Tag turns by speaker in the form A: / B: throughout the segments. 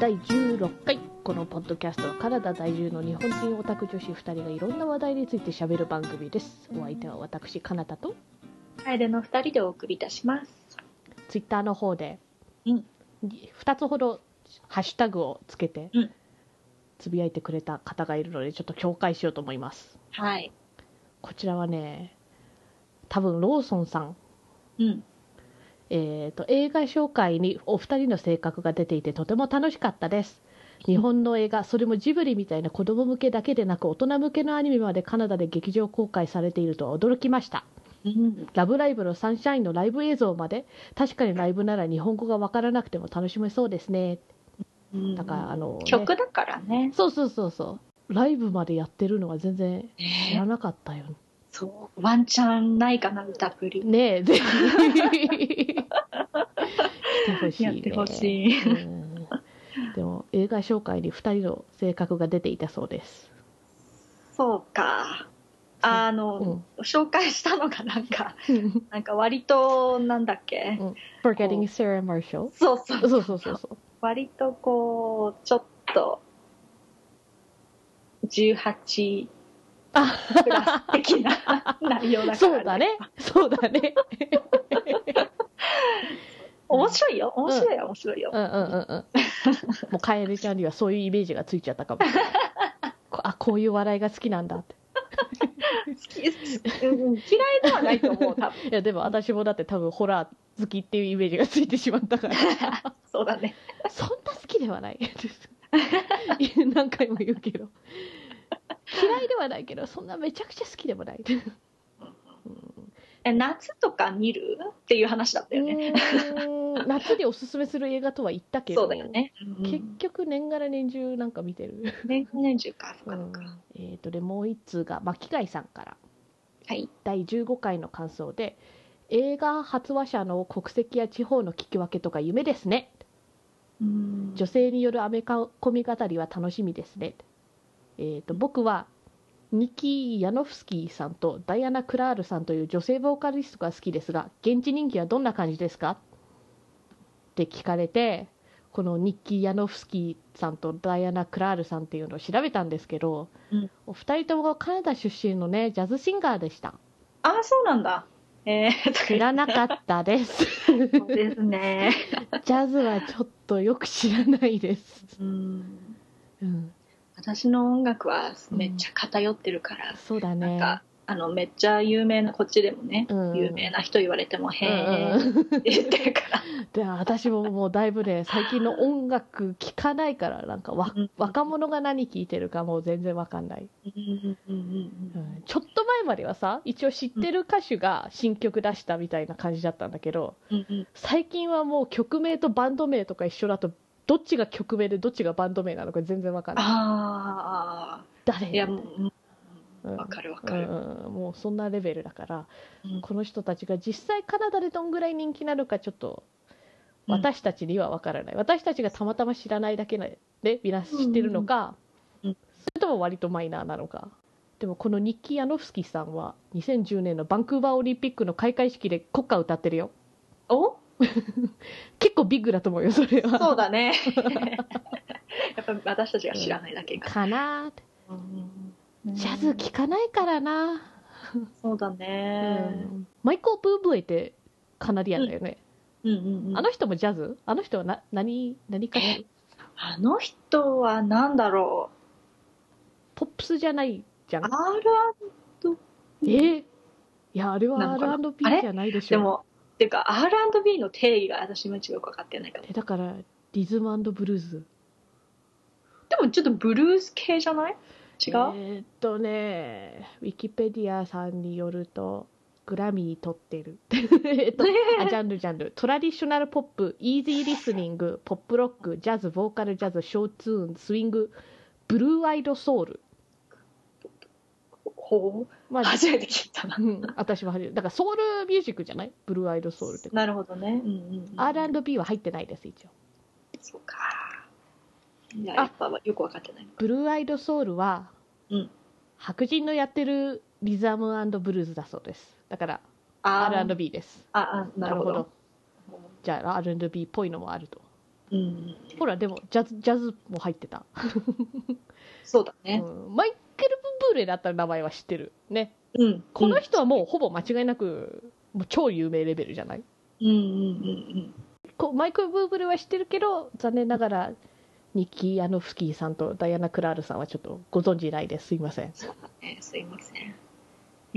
A: 第16回このポッドキャストはカナダ在住の日本人オタク女子2人がいろんな話題について喋る番組ですお相手は私カナダと
B: カエルの二人でお送りいたします。
A: ツイッターの方で
B: うん
A: 2つほどハッシュタグをつけて
B: うん
A: つぶやいてくれた方がいるのでちょっと紹介しようと思います
B: はい。
A: こちらはね多分ローソンさん
B: うん。
A: えー、と映画紹介にお二人の性格が出ていてとても楽しかったです日本の映画それもジブリみたいな子供向けだけでなく大人向けのアニメまでカナダで劇場公開されているとは驚きました
B: うん
A: 「ラブライブ!」のサンシャインのライブ映像まで確かにライブなら日本語がわからなくても楽しめそうですね
B: うん。
A: だからあの、ね
B: 曲だからね。
A: そうそうそうそうライブまでやってるのは全然知らなかったよ
B: そう。ワンチャンないかな、歌振り。
A: ねえぜひ来てほしい、
B: や
A: ね、
B: ってほしい。
A: うんでも映画紹介に2人の性格が出ていたそうです。
B: そうか。あ
A: う
B: の、
A: ん、
B: 紹介したのがなんか、なんか割と、なんだっけ。
A: Forgetting Sarah Marshall。
B: そうそう。
A: そうそうそうそう。
B: 割とこう、ちょっと、18
A: あ
B: プラス的な 内容だから、
A: そうだ。ね。そうだね。
B: 面白いよ。面白いよ、面白いよ。
A: うんうんうんうん。もうカエルちゃんにはそういうイメージがついちゃったかもしれない。こあこういう笑いが好きなんだって。
B: 好きうんうん嫌いではないと思う、多分。
A: いやでも私もだって多分ホラー好きっていうイメージがついてしまったから。
B: そうだね。
A: そんな好きではないです。何回も言うけど。嫌いではないけど、そんなめちゃくちゃ好きでもない。
B: え夏とか見るっていう話だったよね。
A: うーん夏におすすめする映画とは言ったけど、
B: そうだよね。うん
A: 結局年がら年中なんか見てる。
B: 年年中か、そうか、そう
A: う
B: か。
A: んえっとでもう一通が巻貝さんから
B: はい。
A: 第15回の感想で映画発話者の国籍や地方の聞き分けとか夢ですね
B: うん
A: 女性によるアメコミ語りは楽しみですね。えっと僕はニキ・ヤノフスキーさんとダイアナ・クラールさんという女性ボーカリストが好きですが現地人気はどんな感じですかって聞かれてこのニッキー・ヤノフスキーさんとダイアナ・クラールさんっていうのを調べたんですけど、
B: うん
A: お二人ともカナダ出身のねジャズシンガーでした
B: あ、そうなんだ。えー、
A: 知らなかったです
B: そうですね。
A: ジャズはちょっとよく知らないです、
B: うん。
A: うん、
B: 私の音楽はめっちゃ偏ってるから、
A: そうだ
B: なん
A: ね
B: か、あの、めっちゃ有名な、こっちでもね、
A: うん
B: 有名な人言われても、へ
A: うん
B: えって言ってる から。
A: で私ももうだいぶ ね最近の音楽聴かないからなんかわ
B: うん
A: 若者が何聴いてるかもう全然わかんない、
B: うんうんうん
A: う
B: うんん
A: ちょっと前まではさ一応知ってる歌手が新曲出したみたいな感じだったんだけど
B: うんうん
A: 最近はもう曲名とバンド名とか一緒だとどっちが曲名でどっちがバンド名なのか全然わかんない
B: あ
A: 誰
B: あ、いや、もううん
A: うん
B: わかるわ
A: う
B: かる。
A: んうんもうそんなレベルだから、
B: うん
A: この人たちが実際カナダでどんぐらい人気なのかちょっと
B: うん
A: 私たちには分からない、私たちがたまたま知らないだけなでみんな知ってるのか、
B: うんうん
A: それとも割とマイナーなのかでもこのニッキー・ヤノフスキーさんは2010年のバンクーバーオリンピックの開会式で国歌歌ってるよ
B: お
A: 結構ビッグだと思うよそれは
B: そうだね。 やっぱ私たちが知らないだけか。
A: かなーって
B: うん
A: ジャズ聴かないからな、
B: そうだ
A: う
B: ね。
A: ん、マイコー・ブーブエってカナディアンだよね、
B: うんうんうん
A: あの人もジャズあの人はな何何か
B: えあの人はなんだろ
A: ポップスじゃないじゃ
B: う。
A: ん
B: R&B。
A: えーいやあれは
B: なのかな
A: R&B
B: あれ
A: じゃないでし
B: で
A: ょ
B: も、っていうか R&B の定義が私も一応よく分かってないかも。
A: えだからリズムブルーズ
B: でもちょっとブルース系じゃない違
A: え
B: う
A: ーっとねウィキペディアさんによるとグラミー取ってる えっとあジャンルジャンルトラディショナルポップイージーリスニングポップロックジャズボーカルジャズショーツーンスイングブルーアイドソウル
B: ほう
A: まあ、
B: 初めて聞いたな
A: う。ん、私は初めてだからソウルミュージックじゃないブルーアイドソウルって
B: なるほどね。うんうんうん
A: R&B は入ってないです一応
B: そうか。いや、やっぱよく分かってない。
A: ブルーアイドソウルは、
B: うん
A: 白人のやってるリザムブルーズだそうですだから
B: あー
A: R&B です
B: あ、あなるほど。
A: じゃあ R&B っぽいのもあると
B: ううん、
A: ほらでもジャズジャズも入ってた、
B: そうだ
A: う
B: ね。
A: ん、マイケル・ブーレだったら名前は知ってるね
B: うん。
A: この人はもうほぼ間違いなくもう超有名レベルじゃない
B: うんうんうん
A: こうマイク・ブーブルは知ってるけど残念ながらニッキー・ヤノフスキーさんとダイアナ・クラールさんはちょっとご存知ないですすいません
B: うん。ね、すいません。い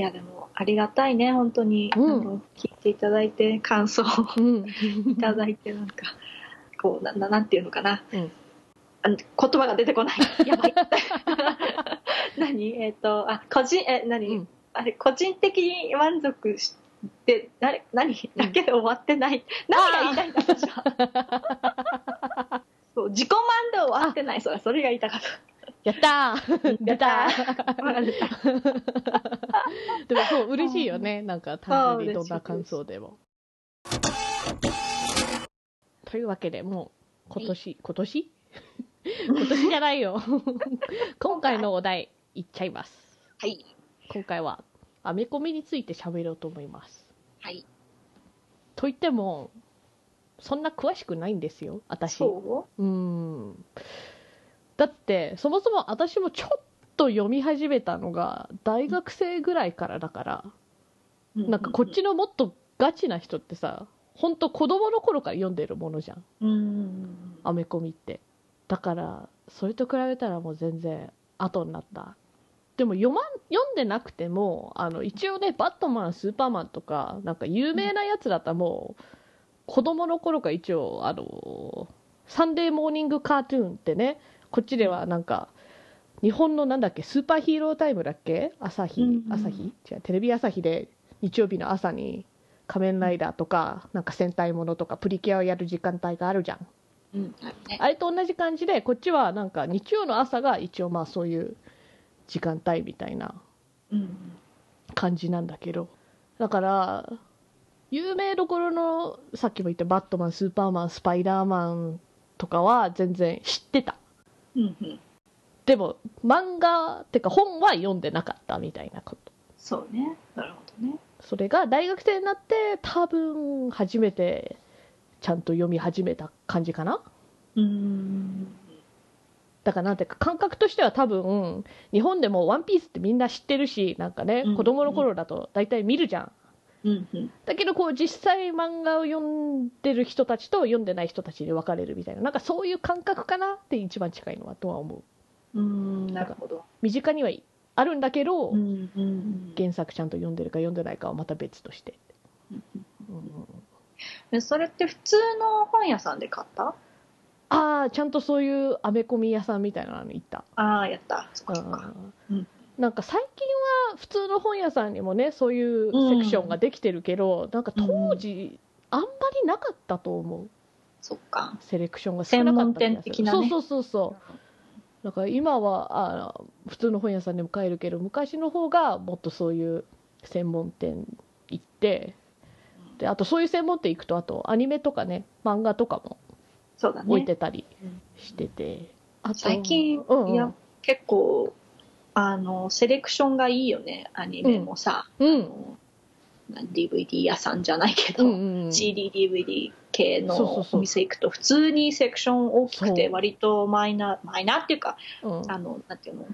B: や、でも、ありがたいね、本当に。
A: うん
B: あの聞いていただいて、感想を
A: うん
B: いただいて、なんか、こう、なななんていうのかな。
A: うん
B: あの言葉が出てこない。 やばい。何えっ、と、あ、個人、え、何、
A: うん
B: あれ、個人的に満足して、なれ何だけで終わってない。何が言いたいんだ、私は。そう、自己満で終わってない。それ、それが言いたかった。
A: やったー 出たー でもそう嬉しいよねなんか単純にどんな感想でもというわけでもう今年今年 今年じゃない よ今回のお題いっちゃいます
B: はい。
A: 今回はアメコミについて喋ろうと思います
B: はい。
A: といってもそんな詳しくないんですよ私う
B: そ
A: ーんだってそもそも私もちょっと読み始めたのが大学生ぐらいからだから
B: う
A: なんかこっ。ちのもっとガチな人ってさほんと子供の頃から読んでるものじゃん
B: うん。
A: アメコミってだからそれと比べたらもう全然後になったでも読まん読んでなくてもあの一応ね「バットマン」「スーパーマン」とかなんか有名なやつだったらもう子供の頃から一応あのサンデーモーニングカートゥーンってねこっちではなんか日本のなんだっけスーパーヒーロータイムだっけ朝日、
B: うんうん
A: 朝日違うテレビ朝日で日曜日の朝に仮面ライダーとかなんか戦隊ものとかプリキュアをやる時間帯があるじゃん
B: うん。あるね。
A: あれと同じ感じでこっちはなんか日曜の朝が一応まあそういう時間帯みたいな
B: うん。
A: 感じなんだけどだから有名どころのさっきも言った「バットマン」「スーパーマン」「スパイダーマン」とかは全然知ってた
B: うん。うん。
A: でも漫画ってか本は読んでなかったみたいなこと
B: そうね。なるほどね。
A: それが大学生になって多分初めてちゃんと読み始めた感じかな
B: うん。
A: だからなんていうか感覚としては多分日本でも「ワンピースってみんな知ってるしなんかね
B: うん
A: 子供の頃だと大体見るじゃん、
B: うん。うん。
A: だけどこう実際漫画を読んでる人たちと読んでない人たちに分かれるみたいななんかそういう感覚かなって一番近いのはとは思う
B: うん。なるほど。
A: 身近にはあるんだけど、
B: うん。うん。
A: 原作ちゃんと読んでるか読んでないかはまた別として、
B: うん
A: うん
B: えそれって普通の本屋さんで買った
A: ああちゃんとそういうアメコミ屋さんみたいなの行った
B: ああやったそっかそっか
A: う
B: うんん、
A: なんか最近は普通の本屋さんにもねそういうセクションができてるけど、なんか当時あんまりなかったと思う
B: そっか
A: セレクションが少なかった気がする
B: 専門店的なね
A: そうそうそうそうだから今はあ普通の本屋さんでも買えるけど昔の方がもっとそういう専門店行ってであとそういう専門店行くとあとアニメとかね漫画とかも
B: そうだ
A: 置い
B: ね
A: てたりしてて、あと
B: 最近、
A: うんうん
B: いや結構あのセレクションがいいよねアニメもさ、
A: うん
B: あの DVD 屋さんじゃないけ
A: う
B: ど、
A: んうんうん
B: CDDVD 系
A: そうそう
B: の
A: そう
B: お店行くと普通にセクション大きくて
A: そう
B: 割とマイナーマイナーっていうか
A: うん
B: あのなんていうの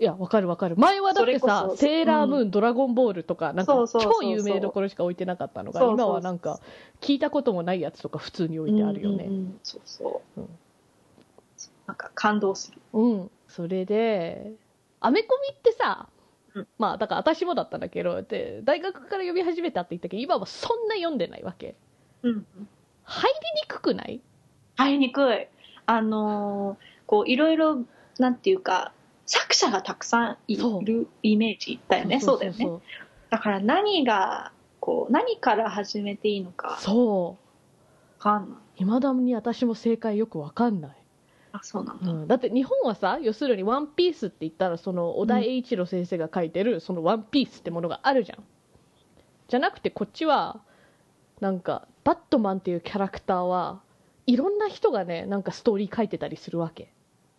A: いや、わかるわかる。前はだって
B: それ
A: さ
B: こ、そ
A: セーラームーン、
B: う
A: ドラゴンボールとか、なんか
B: そうそうそう
A: 超
B: そう
A: 有名どころしか置いてなかったのが、
B: そうそう
A: 今はなんか、聞いたこともないやつとか普通に置いてあるよ
B: うんう
A: ね。
B: んうんそうそう、
A: うん
B: なんか感動する
A: うん、それで、アメコミってさ
B: うん、
A: まあ、だから私もだったんだけど、で、大学から読み始めたって言ったけど、今はそんな読んでないわけ。
B: うん
A: 入りにくくない
B: 入りにくいあのーこういろいろなんていうか作者がたくさんい
A: そう
B: るイメージだよねそうだよね
A: そう
B: だから何がこう何から始めていいのか
A: そう。
B: 分かんない
A: いまだに私も正解よくわかんない。
B: あそうなん
A: う
B: だ、
A: ん、だって日本はさ要するに「ワンピースって言ったらその小田栄一郎先生が書いてる「そのワンピースってものがあるじゃんじゃなくてこっちはなんかバットマンっていうキャラクターはいろんな人がねなんかストーリー書いてたりするわけ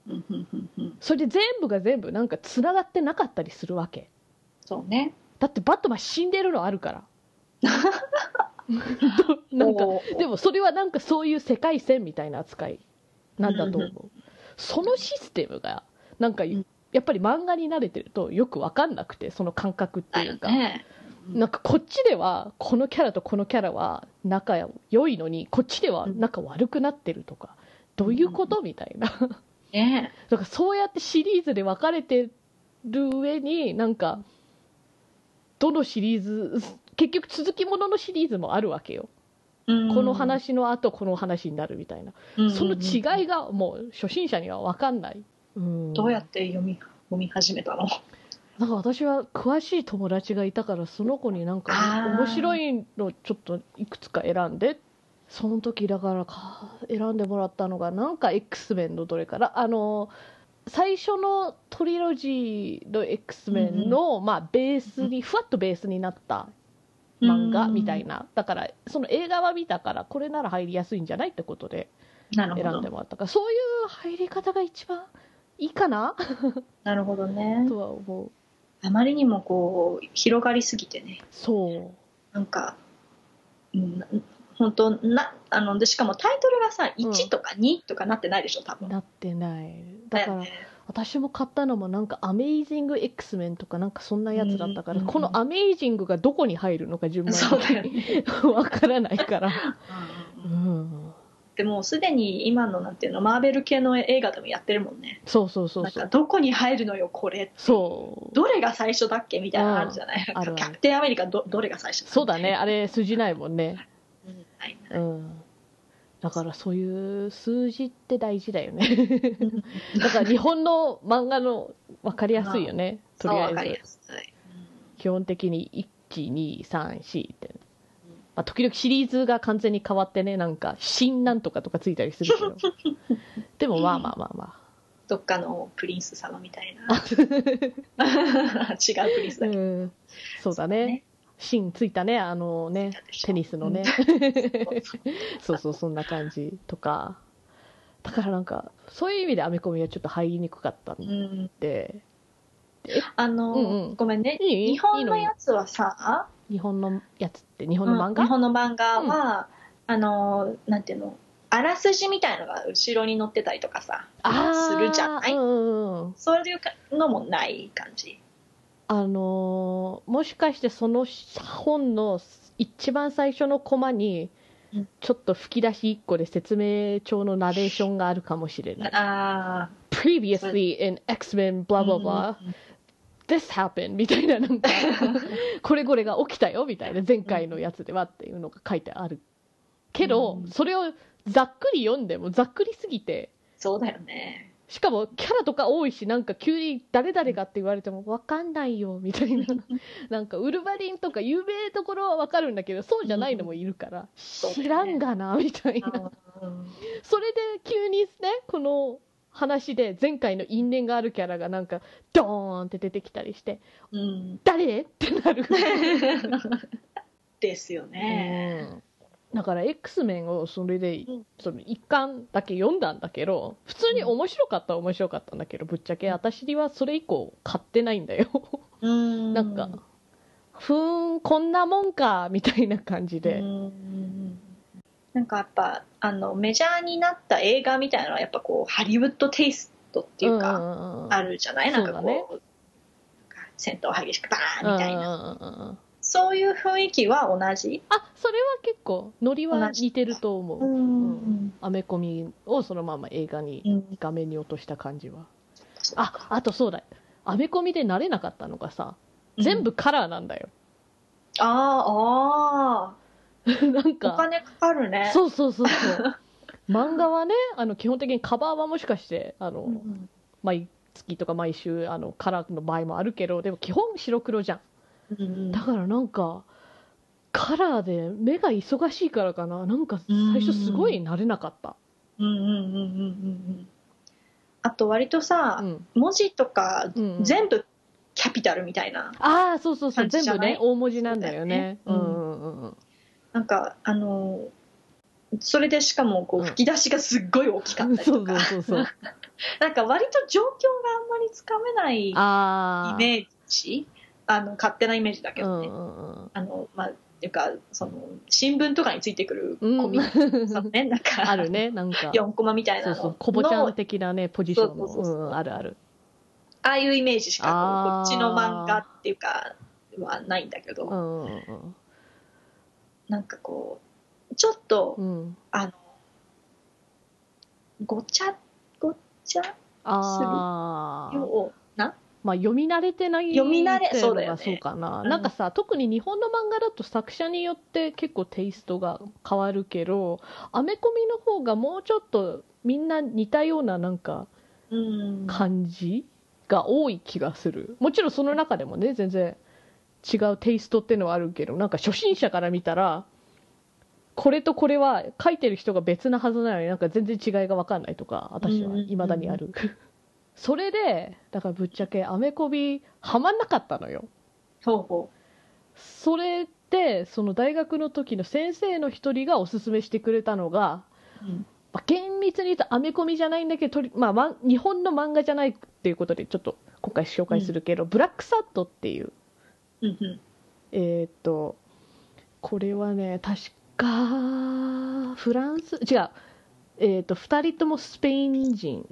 B: うんうんうんうん、
A: それで全部が全部なんかつながってなかったりするわけ
B: そうね
A: だってバットマン死んでるのあるからどなんか
B: おー
A: でもそれはなんかそういう世界線みたいな扱いなんだと思う、そのシステムがなんか
B: ん
A: やっぱり漫画に慣れてるとよく分かんなくてその感覚って
B: だ
A: い
B: よ
A: うか、
B: ね。
A: なんかこっちではこのキャラとこのキャラは仲良いのにこっちでは仲悪くなってるとかどういうことみたい な
B: ね
A: だからそうやってシリーズで分かれてる上になんかどのシリーズ結局続きもののシリーズもあるわけよ、この、話の後この話になるみたいな、
B: うん
A: その違いがもう初心者には分かんない、うん
B: どうやって読み読み始めたの
A: なんか私は詳しい友達がいたからその子になんか
B: あー
A: 面白いのちょっといくつか選んでその時だからか選んでもらったのがなんか X メンのどれからあの最初のトリロジーの X メンの、まあ、ベースにふわっとベースになった漫画みたい
B: な。
A: なだからその映画は見たからこれなら入りやすいんじゃないってことで
B: なる
A: 選
B: ほ
A: んで
B: ど。
A: もらったからそういう入り方が一番いいかな
B: なるほどね。
A: とは思う
B: あまりにもこう広がりすぎてね。
A: そう
B: なんか、うん、な本当なあのでしかもタイトルがさ
A: うん
B: 1とか2とかなってないでしょ多分。
A: なってないだから
B: ね
A: 私も買ったのもなんか「アメイジング X メン」とかなんかそんなやつだったから、
B: うん
A: この「アメイジング」がどこに入るのか順番
B: そうだよね。
A: に わからないから、うん、
B: でもうすでに今のなんていうのマーベル系の映画でもやってるもんね。
A: そうそうそうそ
B: なん
A: う
B: かどこに入るのよこれ
A: そう
B: どれが最初だっけみたいなのあるじゃない、
A: んあるある
B: キャプテンアメリカどどれが最初っけ
A: そうだね、あれ数字ないもんね、
B: うんはい
A: うん、だからそういう数字って大事だよね だから日本の漫画の分かりやすいよね、とりあ
B: そうわか
A: え
B: り
A: ず
B: やすい
A: 基本的に1234って、まあ、時々シリーズが完全に変わってねなんか新なんとかとかついたりするけ どでもまあまあまあま
B: どっかのプリンス様みたいな違うプリンス
A: あ、
B: だ
A: う
B: けど、
A: ん、そうだね新ついたねあのねテニスのね、そうそうそんな感じとかだからなんかそういう意味でアメコミはちょっと入りにくかったん
B: うん、
A: で
B: あの、
A: うんうん
B: ごめんね
A: いい
B: 日本のやつはさ
A: 日本のやつって日本
B: うん
A: の漫画、
B: 日本の漫画は、あのなんていうのあらすじみたいのが後ろに載ってたりとかさ
A: あー
B: するじゃない
A: うんうんうん
B: そういうかのもない感じ
A: あのーもしかしてその本の一番最初のコマに
B: うん
A: ちょっと吹き出し1個で説明帳のナレーションがあるかもしれない
B: ああ
A: Previously in X-Men blah blah blah this happened みたいななんかこれこれが起きたよみたいな前回のやつではっていうのが書いてあるけど
B: うん
A: それをざっくり読んでもざっくりすぎて
B: そうだよね
A: しかもキャラとか多いしなんか急に誰々がって言われても分かんないよみたい ななんかウルヴァリンとか有名ところは分かるんだけどそうじゃないのもいるから
B: うだね
A: 知らんがなみたいな
B: うん
A: それで急にねこの話で前回の因縁があるキャラがなんかドーンって出てきたりして
B: うん、
A: 誰ってなる
B: ですよね、
A: だから X メンをそれで
B: うん
A: その一巻だけ読んだんだけど普通に面白かったは面白かったんだけどぶっちゃけ私にはそれ以降買ってないんだよ
B: うん
A: なんかふーんこんなもんかみたいな感じで、
B: うんなんかやっぱあのメジャーになった映画みたいなのはやっぱこうハリウッドテイストっていうか、
A: んんん
B: あるじゃないなんかこ
A: そ
B: う
A: うだね
B: なんか戦闘激しくバーンみたいな、
A: うんうんうんうん
B: そういう雰囲気は同じ、
A: あそれは結構ノリは似てると思う、
B: ん
A: アメコミをそのまま映画に
B: うん
A: 画面に落とした感じは
B: そうか
A: ああとそうだアメコミで慣れなかったのがさ全
B: うん
A: 部カラーなんだよ、
B: あーあ
A: なん
B: ーお
A: か
B: 金かかるね
A: そうそうそうそう 漫画はねあの基本的にカバーはもしかしてあの、
B: うん
A: 毎月とか毎週あのカラーの場合もあるけどでも基本白黒じゃん
B: うん
A: だからなんかカラーで目が忙しいからかななんか最初すごい慣れなかった、
B: うんうんうんうんうんうんあと割とさ、
A: うん
B: 文字とか
A: うんうん
B: 全部キャピタルみたいな、
A: ああそうそうそう
B: 感じ
A: 全
B: じゃ
A: 部
B: ない
A: ね大文字なんだよねう
B: そうだよ
A: んうん
B: ね
A: うんうん
B: なんかあのそれでしかもこ
A: う
B: うん吹き出しがすっごい大きかったり
A: そ
B: と
A: う
B: か、
A: そうそう そう
B: なんか割と状況があんまりつかめないイ
A: ああ
B: メージあの勝手なイメージだけ
A: う
B: ど
A: ん
B: ね、
A: うんうん
B: あのまあでっていうかその新聞とかについてくる
A: うん
B: コミュニそのねなんか
A: あるねなん か
B: 4コマみたい
A: そ
B: な
A: う
B: の
A: そうこぼちゃ
B: の
A: ん的なねポジションの
B: そうそうそうそう
A: うんあるある
B: ああいうイメージしかこう
A: あー
B: こっちの漫画っていうかはないんだけど、
A: うんうんうん
B: なんかこうちょっと、
A: うん
B: あのごちゃごちゃ
A: ああ
B: をな
A: まあ読み慣れてない
B: 読み慣れ
A: っていの
B: そうだよ
A: が
B: ね
A: そうかな、
B: うん
A: なんかさ特に日本の漫画だと作者によって結構テイストが変わるけどアメコミの方がもうちょっとみんな似たようななんか
B: うん
A: 感じが多い気がするもちろんその中でもね全然違うテイストってのはあるけどなんか初心者から見たらこれとこれは書いてる人が別なはずなのになんか全然違いが分かんないとか私は
B: うんうんうん
A: 未だにある それでだからぶっちゃけアメコミハマんなかったのよ
B: ほうほ
A: それでその大学の時の先生の一人がおすすめしてくれたのが
B: う、うん
A: まあ厳密に言うとアメコミじゃないんだけど、とりまあまん、日本の漫画じゃないっていうことでちょっと今回紹介するけど、ブラックサットっていう、
B: うんうん、
A: えーっとこれはね確かフランス違う、えーっと2人ともスペイン 人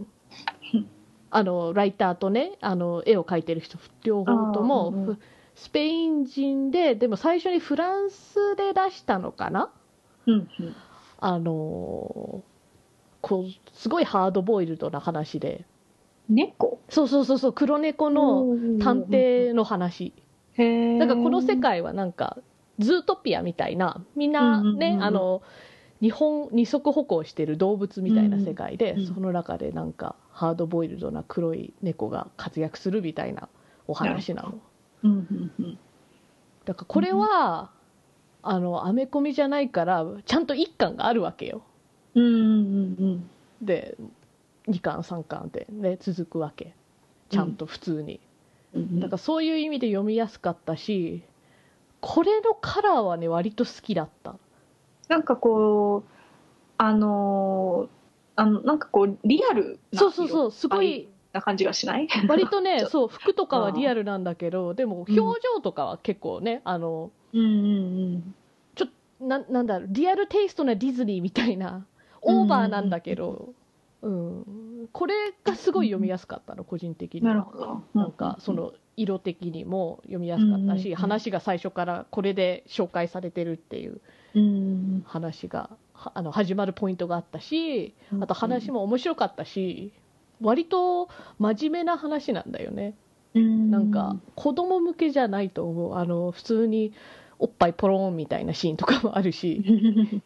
B: うん
A: あのライターとねあの絵を描いてる人両方とも、
B: あーうんうん
A: ふスペイン人ででも最初にフランスで出したのかな
B: うんうん
A: あのーこうすごいハードボイルドな話で
B: 猫
A: そうそうそうそう黒猫の探偵の話
B: へ
A: なんかこの世
B: 界
A: 界はなんかズートピアみたいなみんな
B: うんうんうん
A: ね
B: うん
A: あの日本二足歩行してる動物みたいな世界で
B: うんうん
A: その中でなんかハードボイルドな黒い猫が活躍するみたいなお話なの
B: うんうんうん
A: だからこれはあのアメコミじゃないからちゃんと一巻があるわけよ
B: うんうんうん
A: で2巻3巻で、ね、続くわけちゃんと普通に、
B: うん
A: だからそういう意味で読みやすかったしこれのカラーはね割と好きだった
B: なんかこうあのーあのなんかこうリアルな
A: そうそうそううすごい
B: な感じがしない
A: 割と
B: ち
A: ね
B: ょ
A: そう服とかはリアルなんだけどでも表情とかは結構ねあの
B: うんうんうん
A: ななんだろうリアルテイストなディズニーみたいなオーバーなんだけど、うん、これがすごい読みやすかったの個人的には
B: なるほど
A: なんかその色的にも読みやすかった
B: うんうんう
A: し
B: ん
A: 話が最初からこれで紹介されてるっていう
B: うん
A: 話がはあの始まるポイントがあったしあと話も面白かったし割と真面目な話なんだよね
B: な
A: なんか子供向けじゃないと思うあの普通におっぱいポローンみたいなシーンとかもあるし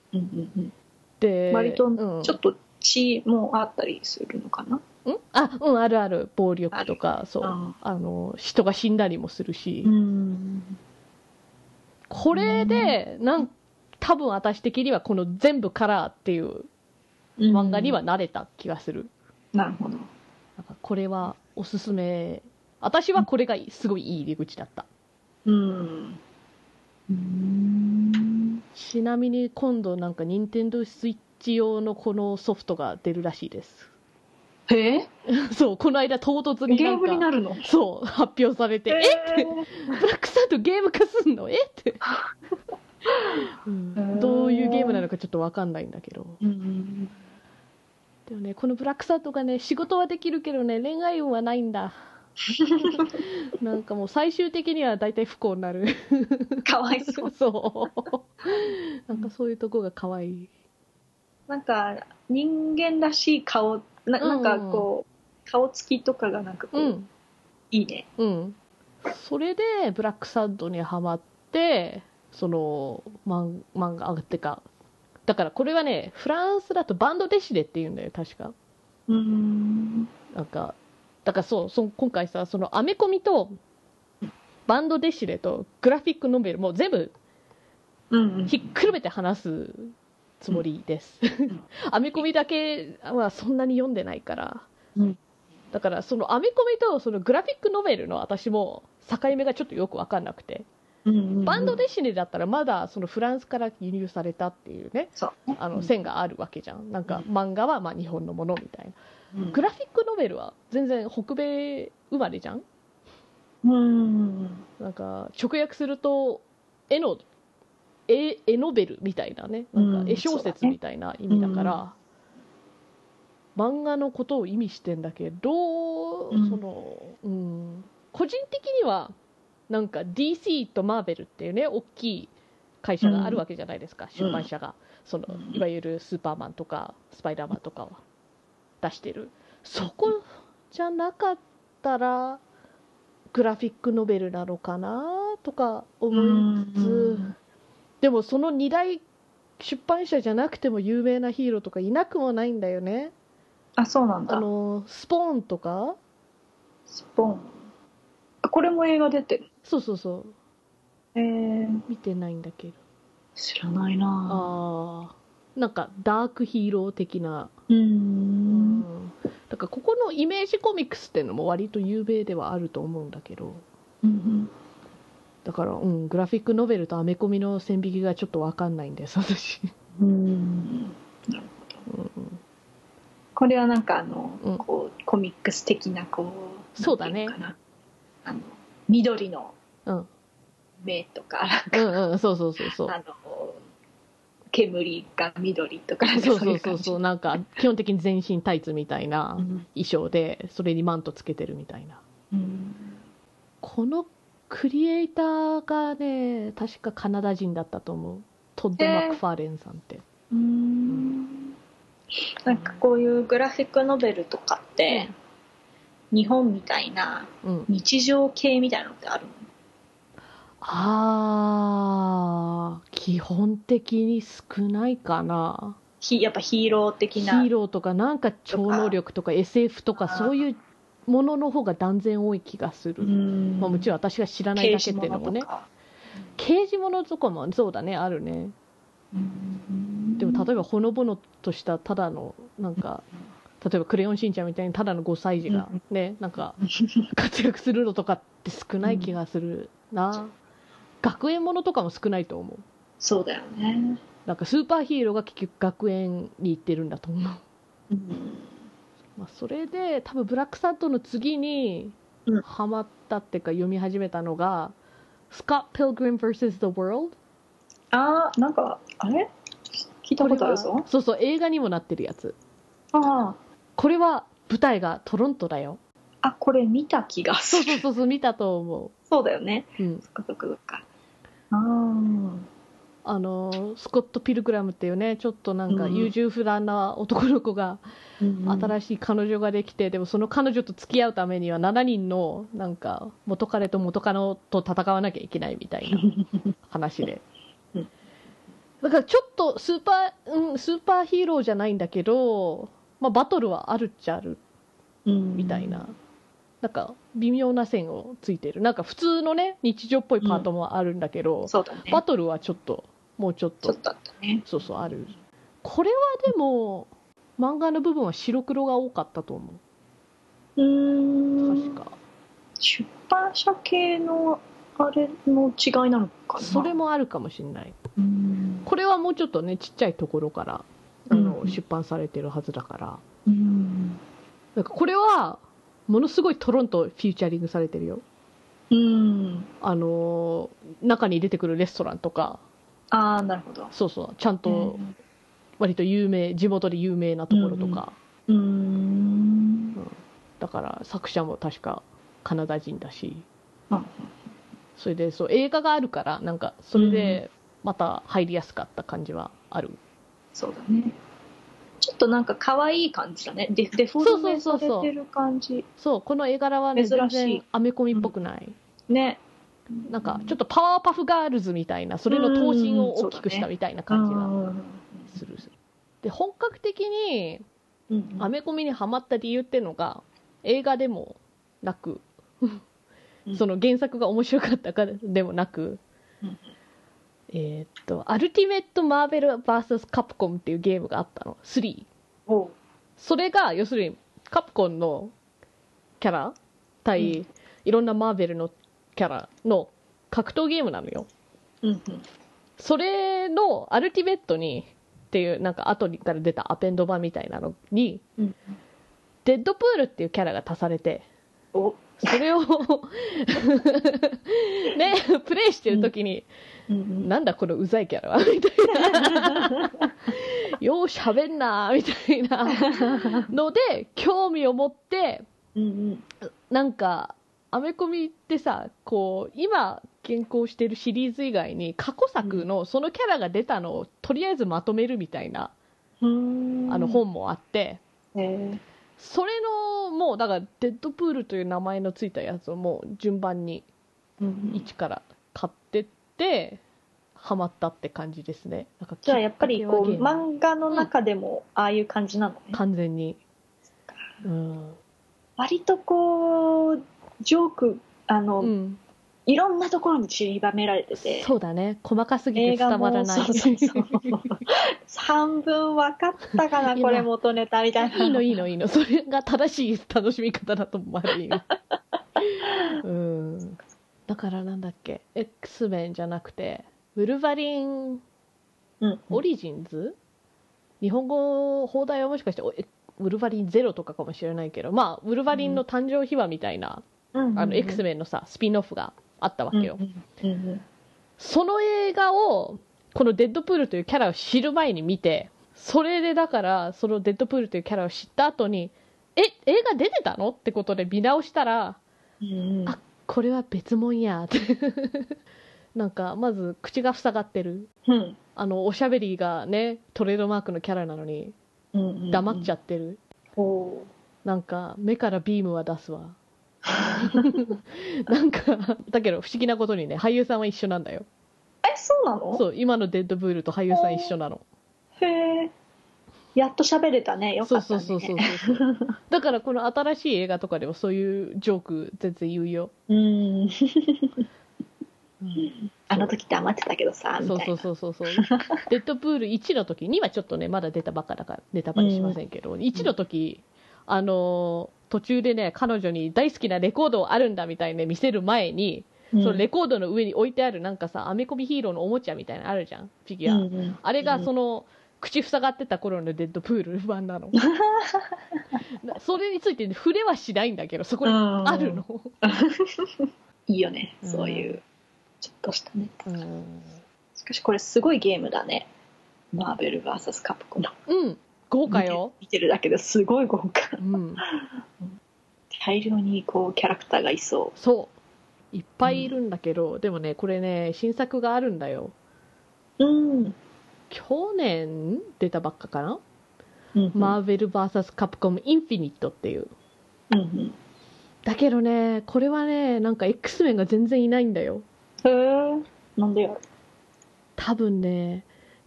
A: で
B: 割と
A: うん
B: ちょっと血もあったりするのかなん
A: あうんあるある暴力とかそう
B: あ
A: あの人が死んだりもするし
B: ーうん
A: これでなん多分私的にはこの全部カラーっていう漫画には慣れた気がする、
B: なるほど
A: なんかこれはおすすめ私はこれがすごいいい入り口だった
B: うんうん
A: ちなみに今度なんか任天堂スイッチ用のこのソフトが出るらしいです
B: へえ
A: そうこの間唐突に
B: ゲ
A: な
B: ー
A: ん
B: ム
A: か
B: になるの
A: そう発表されて、え
B: え
A: ブラックサンドゲーム化すんのえ って、うん
B: へー
A: どういうゲームなのかちょっと分かんないんだけど
B: うん
A: でもねこのブラックサートがね仕事はできるけどね恋愛運はないん だなんかもう最終的には大体不幸になる
B: かわいそう
A: そうなんかそういうとこが可愛い
B: なんか人間らしい顔ななんかこう、顔つきとかがなんかこ
A: う
B: う、
A: ん
B: いいね
A: うんそれでブラックサンドにはまってその漫漫画あってかだからこれはねフランスだとバンドデシデっていうんだよ確か
B: うん
A: なんかだからそうその今回さそのアメコミとバンドデシレとグラフィックノベルもう全部
B: うん
A: ひっくるめて話すつもりです、
B: ん
A: アメコミだけはそんなに読んでないから、
B: うん
A: だからそのアメコミとそのグラフィックノベルの私も境目がちょっとよく分かんなくて、
B: うん
A: バンドデシネだったらまだそのフランスから輸入されたっていうね
B: そう
A: あ
B: う
A: の
B: ん
A: 線があるわけじゃんなんか漫画はまあ日本のものみたいな
B: うん
A: グラフィックノベルは全然北米生まれじゃん
B: うん
A: なんか直訳すると絵の絵絵ノベルみたいなねなんか絵小説みたいな意味だから、漫画のことを意味してんだけど、
B: うん
A: そのうん、個人的にはなんか DC とマーベルっていうね大きい会社があるわけじゃないですか、出版社がその
B: うん
A: いわゆるスーパーマンとかスパイダーマンとかを出してるそこじゃなかったらグラフィックノベルなのかなとか思いつつ、でもその2大出版社じゃなくても有名なヒーローとかいなくもないんだよね
B: あそうなん
A: あ
B: だ
A: のスポーンとか
B: スポーンあこれも映画出てる
A: そうそうそう
B: えー、
A: 見てないんだけど
B: 知らないな
A: ああなんかダークヒーロー的な
B: うー
A: うんんだからここのイメージコミックスっていうのも割と有名ではあると思うんだけど
B: うん
A: だからうんグラフィックノベルとアメコミの線引きがちょっと分かんないんです私
B: うんうん
A: うん
B: これはなんかあの、
A: うん
B: こうコミックス的なこう
A: そうだね
B: なんていのかなあの緑の
A: うん
B: 目とか、
A: うんうんそうそうそうそう
B: あの煙が緑とかなんか
A: そう
B: そ
A: そ
B: ういうう
A: そ
B: 感
A: う
B: じ
A: そうなんか基本的に全身タイツみたいな
B: うん
A: 衣装でそれにマントつけてるみたいな
B: うん
A: このクリエイターがね確かカナダ人だったと思うトッド・マクファーレンさんって、
B: うんなんかこういうグラフィックノベルとかって、日本みたいな
A: うん、
B: 日常系みたいなのってあるの
A: あー基本的に少ないかな
B: ひやっぱヒーロー的
A: ヒ
B: な
A: ーローとかなんか超能力とか SF とか
B: あー
A: そういうものの方が断然多い気がする、
B: うん
A: まあ、もちろん私が知らないだけっていうのもね
B: 刑
A: 刑事
B: 事物とか
A: ものとかもそうだねあるね
B: うん
A: でも例えばほのぼのとしたただのなんか例えば「クレヨンしんちゃん」みたいにただの5歳児が
B: うん
A: ねなんか活躍するのとかって少ない気がするな学園ものとかも少ないと思う
B: そうだよね、
A: なんかスーパーヒーローが結局学園に行ってるんだと思う、
B: うん
A: まあ、それで多分ブラックサンドの次に
B: うん
A: ハマったっていうか読み始めたのが「スコット・ピルグリム vs. the World」
B: あーなんかあれ聞いた
A: こ
B: こ
A: れ
B: とあ
A: は
B: るぞ
A: そうそう映画にもなってるやつ
B: あ
A: これは舞台がトロントだよ
B: ーあこれ見た気が
A: そう そう
B: する
A: そうそう見たと思
B: そうだよね
A: う、うん、
B: そっかそっかそっかあー
A: あのースコット・ピルグラムっていうねちょっとなんか
B: うん
A: 優柔不断な男の子が新しい彼女ができて、でもその彼女と付き合うためには7人のなんか元彼と元カノと戦わなきゃいけないみたい な話で
B: うん
A: だからちょっとスーパー、うん、スーパーヒーローじゃないんだけど、まあ、バトルはあるっちゃあるみたいな、なんか微妙な線をついてるなんか普通のね日常っぽいパートもあるんだけど、
B: そうだね
A: バトルはちょっともうちょっ
B: ちょ
A: と
B: っとあったね
A: そうそうあるこれはでも漫画の部分は白黒が多かったと思
B: う
A: うん確か
B: 出版社系のあれの違いなのかな
A: それもあるかもしれない
B: うん
A: これはもうちょっとねちっちゃいところからあの、
B: うん
A: 出版されてるはずだから
B: うん
A: なんかこれはものすごいトロントフィーチャリングされてるよ
B: うん
A: あのー中に出てくるレストランとか
B: ああなるほど
A: そうそうちゃんと割と有名地元で有名なところとか、
B: うん
A: だから作者も確かカナダ人だし、
B: うん
A: それでそう映画があるからなんかそれでまた入りやすかった感じはある、
B: そうだねちょっとなんか可愛い感じだねデデフォルメ
A: そ
B: さ
A: うそうそうそう
B: れてる感じ
A: そうこの絵柄はね
B: 珍し
A: 全
B: い
A: 然アメコミっぽくない、
B: ね
A: なんかちょっとパワーパフガールズみたいなそれの頭身を大きくしたみたいな感じ
B: う
A: が
B: ん
A: するするで本格的に
B: うん
A: アメコミにハマった理由ってのが映画でもなく
B: うん
A: その原作が面白かったからでもなく、
B: うん
A: えーっと「アルティメット・マーベル VS カプコン」っていうゲームがあったの3
B: おう
A: それが要するにカプコンのキャラ対、いろんなマーベルのキャラの格闘ゲームなのよ
B: うんうん
A: それの「アルティメットに」っていうなんか後にから出たアペンド版みたいなのに
B: うん
A: デッドプールっていうキャラが足されて
B: お
A: それを ねプレイしてる時に、
B: うんうん
A: なんだこのうざいキャラはみた いなようしゃべんなみたいなので興味を持って
B: うん
A: なんかアメコミってさこう今現行してるシリーズ以外に過去作のそのキャラが出たのをとりあえずまとめるみたいな、
B: うん
A: あの本もあって
B: へえ
A: それのもうだからデッドプールという名前のついたやつをもう順番に
B: うんうん
A: 一から買ってってハマったって感じですねなんか
B: じゃあやっぱりこ
A: き
B: う
A: っかけはゲーム
B: 漫画の中でもああいう感じなのね、
A: 完全にうん、
B: 割とこうジョークあの、
A: うん、
B: いろんなところに散りばめられてて
A: そうだね細かすぎて
B: 映画
A: 伝わら
B: も
A: ない
B: そうそうそう半分分かったかな
A: 今
B: これ元ネタみたいない
A: いのいいのいいのそれが正しい楽しみ方だと思ういい のうんだからなんだっけ X メンじゃなくてウルヴァリン
B: うん
A: オリジンズ、日本語放題はもしかしておえウルヴァリンゼロとかかもしれないけどまあウルヴァリンの誕生秘話みたいな、
B: うん
A: あの X メンのさスピンオフがあったわけよ、
B: うんうんうん
A: その映画をこのデッドプールというキャラを知る前に見てそれでだからそのデッドプールというキャラを知った後にえ映画出てたのってことで見直したら
B: うんうん
A: あこれは別もんやって なんかまず口が塞がってる
B: うん
A: あのおしゃべりがねトレードマークのキャラなのに
B: うんうんうん
A: 黙っちゃってる、
B: ほ
A: なんか目からビームは出す わなんかだけど不思議なことにね俳優さんは一緒なんだよ
B: うえそうなの
A: そう今のデッドプールと俳優さん一緒なの
B: へえやっと喋れたねよか
A: そう
B: った
A: そう
B: ね
A: そうそうそう そうだからこの新しい映画とかでもそういうジョーク全然言うよ、
B: うんあの時黙ってたけどさみ
A: そう
B: たい
A: そう
B: な
A: そうそうそうデッドプール1の時にはちょっとねまだ出たばっかだからネタバレしませんけど、1の時あのー途中でね彼女に大好きなレコードあるんだみたいに、ね、見せる前に、
B: うん
A: そのレコードの上に置いてあるなんかさアメコミヒーローのおもちゃみたいなのあるじゃんフィギュア、
B: うんうん
A: あれがその、口塞がってた頃のデッドプール版な のなそれについてね触れはしないんだけどそこに
B: うん
A: あるの、
B: いいよね
A: うん
B: そういうちょっとしたね
A: うん、
B: しかしこれすごいゲームだねマーベル VS カプコン
A: 豪華よ、
B: 見てるだけですごい豪華
A: うん、
B: 大量にこうキャラクターがいそ
A: そういっぱいいるんだけど、でもねこれね新作があるんだよ
B: ううん、
A: 去年出たばっかかな、
B: うん、
A: マーベル VS カプコムインフィニットっていう
B: うん
A: だけどねこれはねなんか X メンが全然いないんだよ
B: うんへえなんでよ
A: 多分ね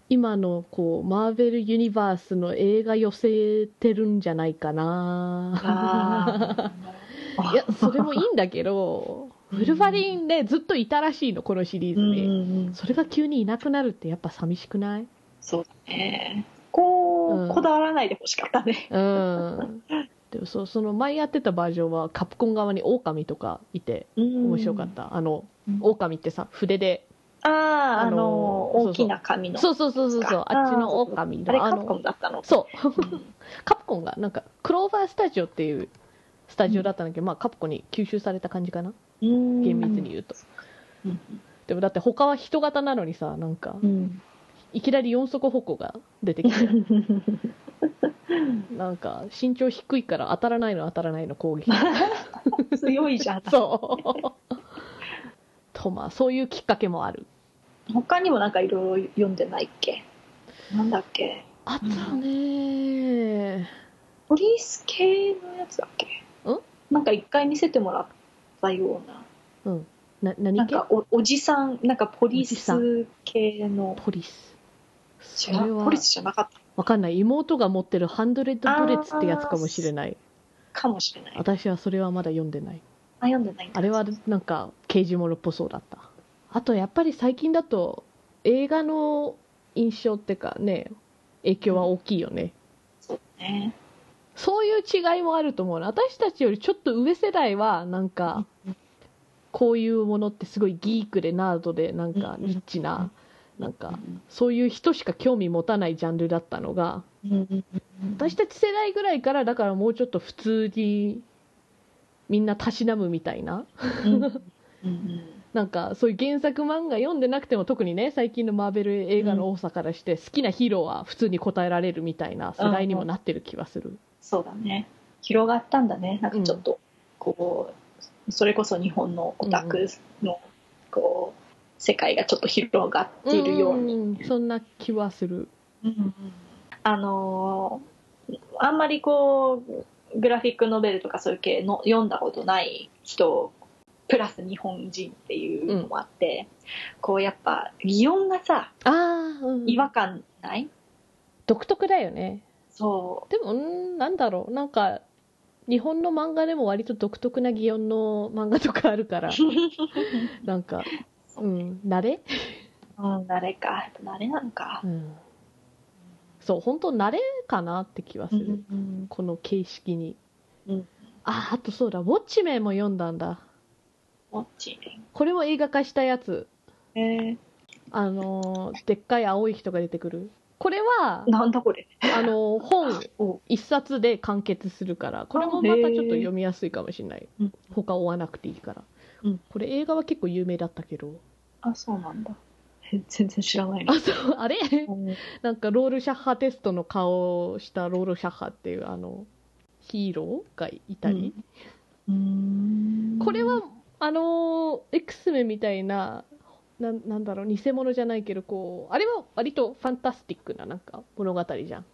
A: 今のこうマーベル・ユニバースの映画寄せてるんじゃないかな
B: ああ
A: いやそれもいいんだけどウルヴァリンねずっといたらしいのこのシリーズ
B: うんう
A: に、
B: んうん
A: それが急にいなくなるってやっぱ寂しくない
B: そうだねこう、
A: うん
B: こだわらないでほしかったね
A: うん。でもそうその前やってたバージョンはカプコン側にオオカミとかいて面
B: 面
A: 白かった、あの
B: うん
A: オオカミってさ筆で
B: あああ
A: あ
B: の
A: の
B: 大きな紙の
A: そうそうそうそうそう
B: あー
A: あっちのオオカミ
B: あれ
A: の
B: カプコ
A: の
B: ンだったの
A: そう
B: うん
A: カプコンがなんかクローバースタジオっていうスタジオだったんだけど、まあ、カプコンに吸収された感じかな
B: うん
A: 厳密に言うと、
B: うん
A: でもだって他は人型なのにさなんか
B: うん
A: いきなり四足歩行が出てき てなんか身長低いから当たらないの当たらないの攻 撃
B: 強いじゃん
A: そう。とまあそういうきっかけもある。
B: 他にもなんかいろいろ読んでないっけなんだっけ
A: あとね、
B: ポリス系のやつだっけ
A: ん
B: なんか一回見せてもらったような
A: な
B: なん
A: 何系
B: かおおじさんなんかポリ
A: おじさ
B: ス系の
A: ポリス。そ
B: 違
A: れ
B: う
A: は
B: ポリスじゃなかった
A: わかんない。妹が持ってるハンドレッドブレッツってやつかもしれない。
B: かもしれないあ
A: 私はそれはまだ読んでない。
B: 読んでないんだ
A: あれはなんか刑事物っぽそうだった。あとやっぱり最近だと映画の印象ってかね、影響は大きいよね。
B: ね
A: そういう違いもあると思うな私たちよりちょっと上世代はなんかこういうものってすごいギークでナードでなんかリッチななんかそういう人しか興味持たないジャンルだったのが
B: うんうんうん
A: 私たち世代ぐらいからだからもうちょっと普通にみんなたしなむみたいな
B: うんうん
A: なんかそういう原作漫画読んでなくても特にね最近のマーベル映画の多さからして、好きなヒーローは普通に答えられるみたいな世代にもなってる気はする、
B: そうだね広がったんだねなんかちょっとこうそれこそ日本のオタクのこう世界がちょっと広がっているように
A: うんそんな気はする
B: あのーあんまりこうグラフィックノベルとかそういう系の読んだことない人プラス日本人っていうのもあって、こうやっぱ擬音がさ
A: ああ、うん
B: 違和感ない、
A: 独特だよね
B: そ
A: でもうんなんだろうなんか日本の漫画でも割と独特な擬音の漫画とかある からなんかうん慣れ、
B: う、うん、誰かやっぱ慣れなのか
A: う、ん、そう本当慣れかなって気はする、
B: うん
A: この形式に、
B: うん
A: ああとそうだ「ウォッチメン」も読んだんだ
B: もっち
A: これも映画化したやつ
B: えー、
A: あのーでっかい青い人が出てくるこれ は
B: なんだこれ
A: あのー本
B: お
A: 一冊で完結するからこれもまたちょっと読みやすいかもしれない
B: うん
A: 他追わなくていいから、
B: うん
A: これ映画は結構有名だったけ ど
B: あそうなんだ全然知らないな
A: あそうあれ
B: うん
A: なんかロールシャッハテストの顔をしたロールシャッハっていうあのヒーローがいたり、
B: うん
A: これはあのー X メンみたいななんなんだろう偽物じゃないけどこうあれは割とファンタスティックななんか物語じゃん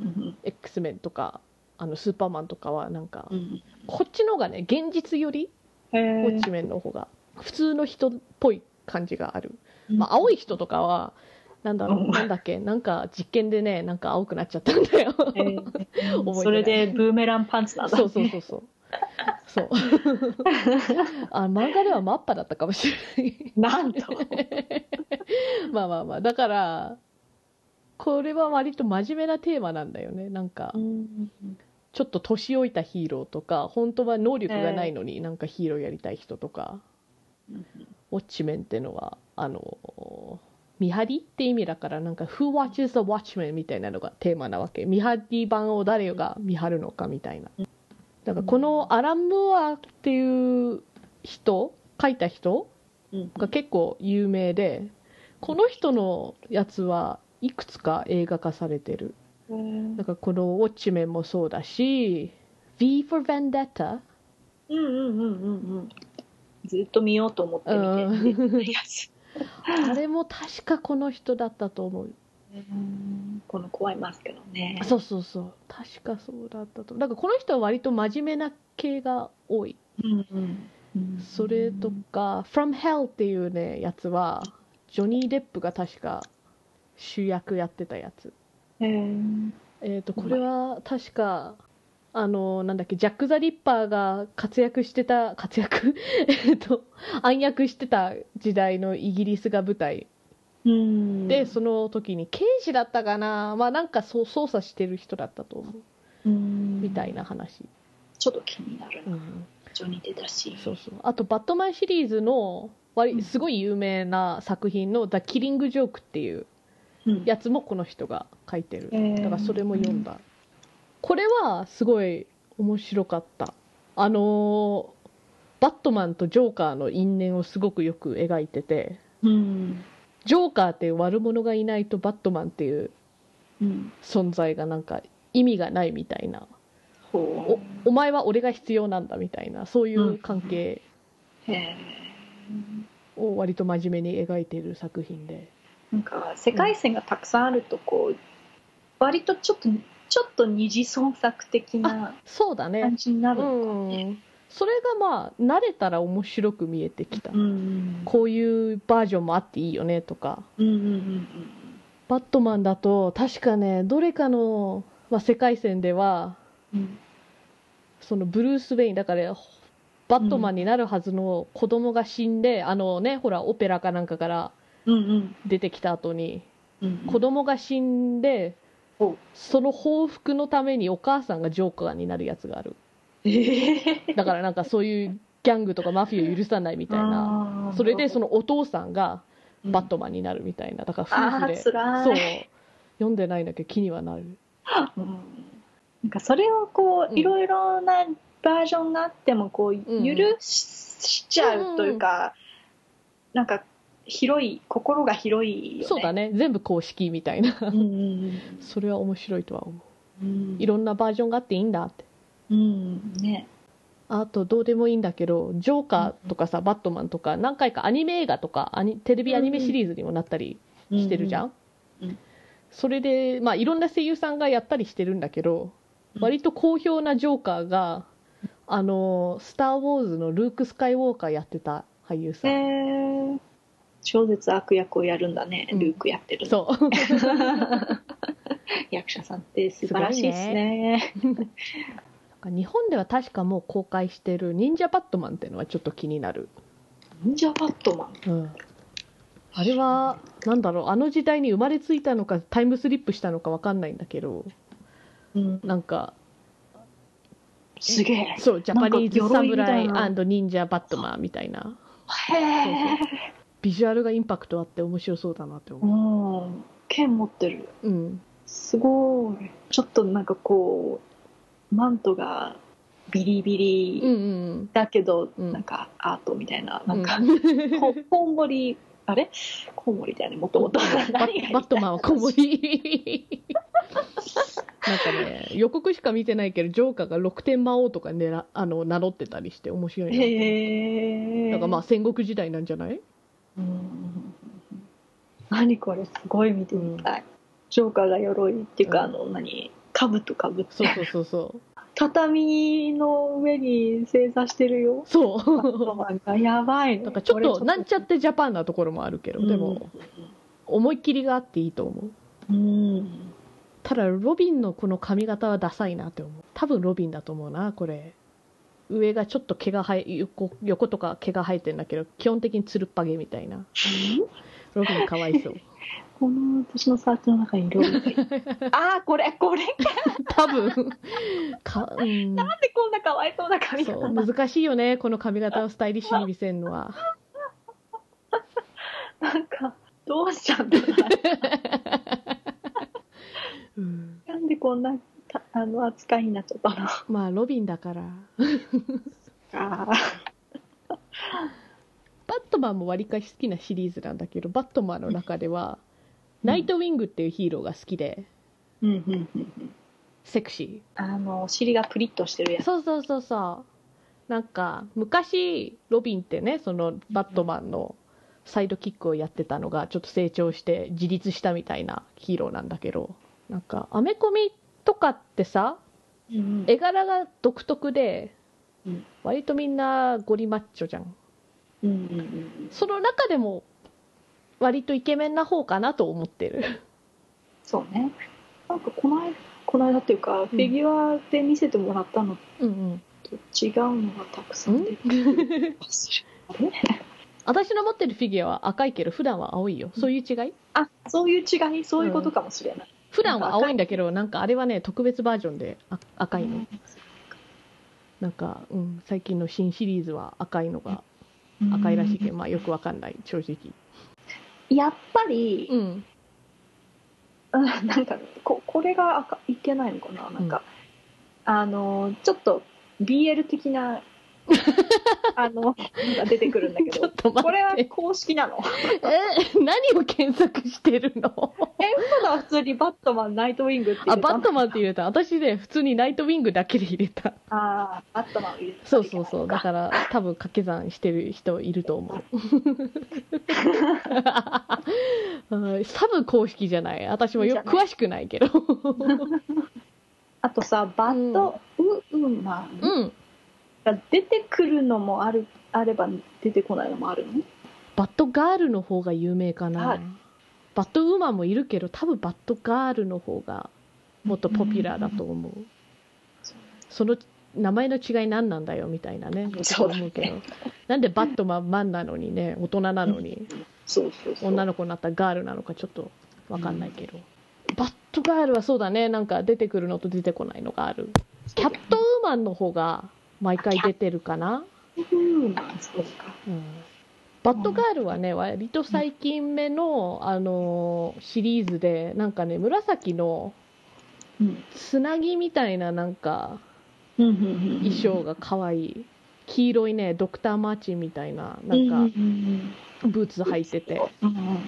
B: うん
A: X メンとかあのスーパーマンとかはなんか、
B: うん
A: こっちの方がね現実より
B: へ
A: ウ
B: ー
A: ォッチメンの方が普通の人っぽい感じがある、
B: うん
A: まあ、青い人とかはなんだろ
B: う
A: うんなんだっけなんか実験でねなんか青くなっちゃったんだ よ
B: えー
A: ない
B: それでブーメランパンツなんだ
A: そうそうそうそうそうあ漫画ではマッパだったかもしれない
B: なんと
A: まあまあまあだからこれは割と真面目なテーマなんだよねなんかちょっと年老いたヒーローとか本当は能力がないのになんかヒーローやりたい人とか、ウォッチメンってのはあの見張りって意味だからなんか「Who watches the watchman」みたいなのがテーマなわけ見張り版を誰が見張るのかみたいなだからこのアラン・ムーアっていう人書いた人が結構有名でこの人のやつはいくつか映画化されてる
B: うん
A: なんかこの「ウォッチメン」もそうだし「V for Vendetta
B: うんうんうんうんうんずっと見ようと思って見て てやつ」
A: あれも確かこの人だったと思う
B: この怖いマスクのね
A: そうそうそう確かそうだったとなんかこの人は割と真面目な系が多い
B: うんうんうん
A: それとか「From Hell」っていうねやつはジョニー・デップが確か主役やってたやつ
B: へー
A: えー、とこれは確かあのなんだっけジャック・ザ・リッパーが活躍してた活躍 えーと暗躍してた時代のイギリスが舞台
B: うん
A: で、その時に刑事だったかなまあなんかそう捜査してる人だったと思う
B: うん
A: みたいな話、
B: ちょっと気になる
A: うん
B: ジョニー出たし
A: そうそうあと「バットマン」シリーズの割すごい有名な作品の「ザ・キリング・ジョーク」っていう
B: うん
A: やつもこの人が書いてる
B: へー
A: だからそれも読んだ、これはすごい面白かったあのーバットマンとジョーカーの因縁をすごくよく描いてて
B: うん
A: ジョーカーっていう悪者がいないとバットマンっていう
B: うん
A: 存在がなんか意味がないみたいな
B: ほ
A: おお前は俺が必要なんだみたいなそういう関係
B: うへー
A: を割と真面目に描いている作品で
B: なんか世界線がたくさんあるとこう割とちょっとちょっと二次創作的な
A: そうだ
B: 感
A: ね
B: じになる
A: う
B: のかね。
A: んそれがまあ慣れたら面白く見えてきた、
B: うん
A: こういうバージョンもあっていいよねとか
B: うんうんうん
A: バットマンだと確かねどれかの、まあ、世界線では
B: うんうん
A: そのブルース・ウェインだからバットマンになるはずの子供が死んで、あのねほらオペラかなんかから
B: うんうん
A: 出てきた後に
B: うん
A: 子供が死んで、
B: うん
A: その報復のためにお母さんがジョーカーになるやつがあるだからなんかそういうギャングとかマフィアを許さないみたいなそれでそ
B: の
A: のお父さんがバットマンになるみたいなだから
B: あ
A: 夫婦
B: あ
A: で
B: つらい
A: そう読んでないんだけど気にはなる
B: うんなんかそれをこ
A: う
B: うんいろいろなバージョンがあってもこう
A: うんうん
B: 許しちゃうというか、なんか広い心が広いよね。
A: そうだね全部公式みたいな
B: うんうん
A: それは面白いとは思う
B: うん、
A: いろんなバージョンがあっていいんだって
B: うんね
A: あとどうでもいいんだけどジョーカーとかさ、バットマンとか何回かアニメ映画とかアニテレビアニメシリーズにもなったりしてるじゃん、
B: うんうん
A: それで、まあ、いろんな声優さんがやったりしてるんだけど、
B: うん
A: 割と好評なジョーカーが「あのスター・ウォーズ」のルーク・スカイウォーカーやってた俳優さん、
B: へえ超絶悪役をやるんだね、
A: うん
B: ルークやってるの
A: そう
B: 役者さんって素晴らしいですね
A: 日本では確かもう公開してる「忍者バットマン」っていうのはちょっと気になる、
B: 忍者バットマン
A: うんあれはなんだろうあの時代に生まれついたのかタイムスリップしたのかわかんないんだけど
B: うん、
A: なんか
B: すげえ
A: そうジャパニーズ
B: 鎧みた
A: 侍
B: いな
A: 忍者バットマンみたいな
B: へ
A: そう
B: え
A: そうビジュアルがインパクトあって面白そうだなって思
B: うん剣持ってる
A: う、うん、
B: すごいちょっとなんかこうマントがビリビ
A: うん
B: リ
A: うん
B: だけど、
A: うん
B: なんかアートみたいな
A: う
B: なんんか、
A: うん
B: こコウモリあれコウモリだよねもともと
A: バッバットマンは小森 なんかね予告しか見てないけどジョーカーが6点魔王とか狙あの名乗ってたりして面白いな、
B: へえ
A: なんかまあ戦国時代なんじゃない
B: うん何これすごい見てみたい、ジョーカーが鎧っていうか、
A: うん
B: あの何兜かぶって
A: そうそうそうそ
B: 畳の上に正座してるよ
A: うそ
B: ロマンがやばいね
A: うなんかちょっとなんちゃってジャパンなところもあるけど、でも思い切りがあっていいと思う
B: うん
A: ただロビンのこの髪型はダサいなって思う多分ロビンだと思うなこれ上がちょっと毛が生え横横とか毛が生えてんだけど基本的につるっぱげみたいなロビンかわいそう
B: この私のサーチの中にいろいろ ああこれこれな
A: 多分 か、うん、
B: んでこんなかわいそうな髪型
A: そ
B: な
A: う
B: の
A: 難しいよねこの髪型をスタイリッシュに見せるのは
B: なんかどうしちゃったの
A: うん
B: なんでこんなたあの扱いになっちゃったの
A: まあロビンだから
B: あ
A: バットマンもわりかし好きなシリーズなんだけどバットマンの中ではナイトウィングっていうヒーローが好きで
B: うんうんうんうん
A: セクシー
B: あのお尻がプリッとしてるやつ
A: そうそうそうそうなんか昔ロビンってねそのバットマンのサイドキックをやってたのがちょっと成長して自立したみたいなヒーローなんだけどなんかアメコミとかってさ
B: うん
A: 絵柄が独特で
B: うん
A: 割とみんなゴリマッチョじゃん
B: うんうんうん
A: その中でも割とイケメンな方かなと思ってる
B: そうねなんかこの間この間っていうかフィギュアで見せてもらったの
A: うんうん
B: と違うのがたくさん出てくるあれ
A: 私の持ってるフィギュアは赤いけど普段は青いよそういう違い
B: あそういう違いそういうことかもしれない、
A: 普段は青いんだけどなんかあれはね特別バージョンであ赤いのなんか、うん、最近の新シリーズは赤いのが
B: うん
A: 赤いらしいけど、まあ、よくわかんない正直、
B: やっぱり、
A: うん、
B: うん なんかここれが赤いけないのかななんか、あのちょっと BL 的 なあのなんか出てくるんだ け
A: ちょ
B: ど
A: っと
B: こ
A: 待
B: れは
A: って
B: 公式なの
A: え何を検索してるの
B: えただ普通にバットマンナイトウィングって
A: あ
B: 入れた
A: バットマンって入れた私ね普通にナイトウィングだけで入れた
B: あーバットマンを入れた
A: そうそうそうだ
B: だ
A: から多分掛け算してる人いると 思ううん多分公式じゃない私もよく詳しくないけど
B: あとさバットウーマ
A: う
B: ン
A: ん
B: が出てくるのもあるあれば出てこないのもあるの
A: バットガールの方が有名かな、
B: はい
A: バットウーマンもいるけど多分バットガールの方がもっとポピュラーだと思う、その名前の違い何なんだよみたいなね
B: そうだね
A: 思うけどなんでバットマンマンなのにね大人なのに
B: そうそうそう
A: 女の子になったらガールなのかちょっと分かんないけど、バットガールはそうだねなんか出てくるのと出てこないのがあるキャットウーマンの方が毎回出てるかな
B: バットウーマンそうか
A: バッドガールはね割と最近目の、あのーシリーズでなんかね紫の
B: うん
A: つなぎみたいななんか
B: うんうんうんうん
A: 衣装が可愛い黄色いねドクター・マーチンみたいなな
B: うんうん
A: んか
B: うん
A: ブーツ履いてて
B: うんうんうん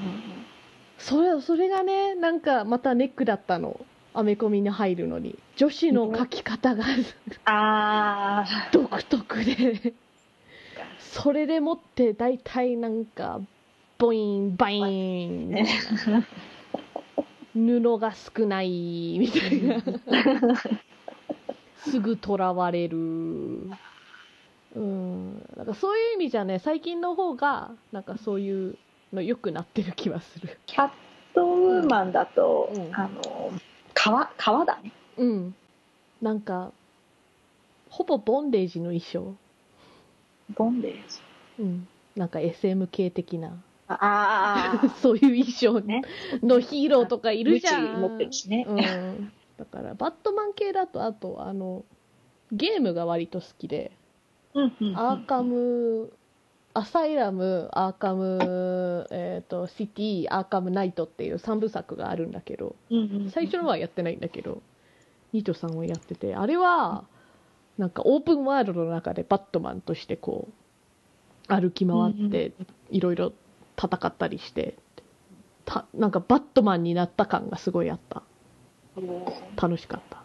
A: それそれがねなんかまたネックだったのアメコミに入るのに女子の描き方が
B: ああ
A: 独特でそれでもって大体なんかボインバインみたいな布が少ないみたいなすぐとらわれるうんなんかそういう意味じゃね最近の方がなんかそういうの良くなってる気はする
B: キャットウーマンだと、
A: うん
B: あの革革だね
A: うんなんかほぼボンデージの衣装
B: ボンデージ
A: うんなんか SM 系的な
B: あ
A: そういう衣装
B: ね
A: のヒーローとかい
B: い
A: るじゃん。
B: 持ってるしね、
A: うん、だからバットマン系だとあとあのゲームが割と好きで、
B: うんうんうん
A: アーカムアサイラムアーカム、えー、とシティアーカムナイトっていう3部作があるんだけど
B: うんうんうん
A: 最初のはやってないんだけどニトさんはやっててあれはなんかオープンワールドの中でバットマンとしてこう歩き回っていろいろ戦ったりしてたなんかバットマンになった感がすごいあった楽しかった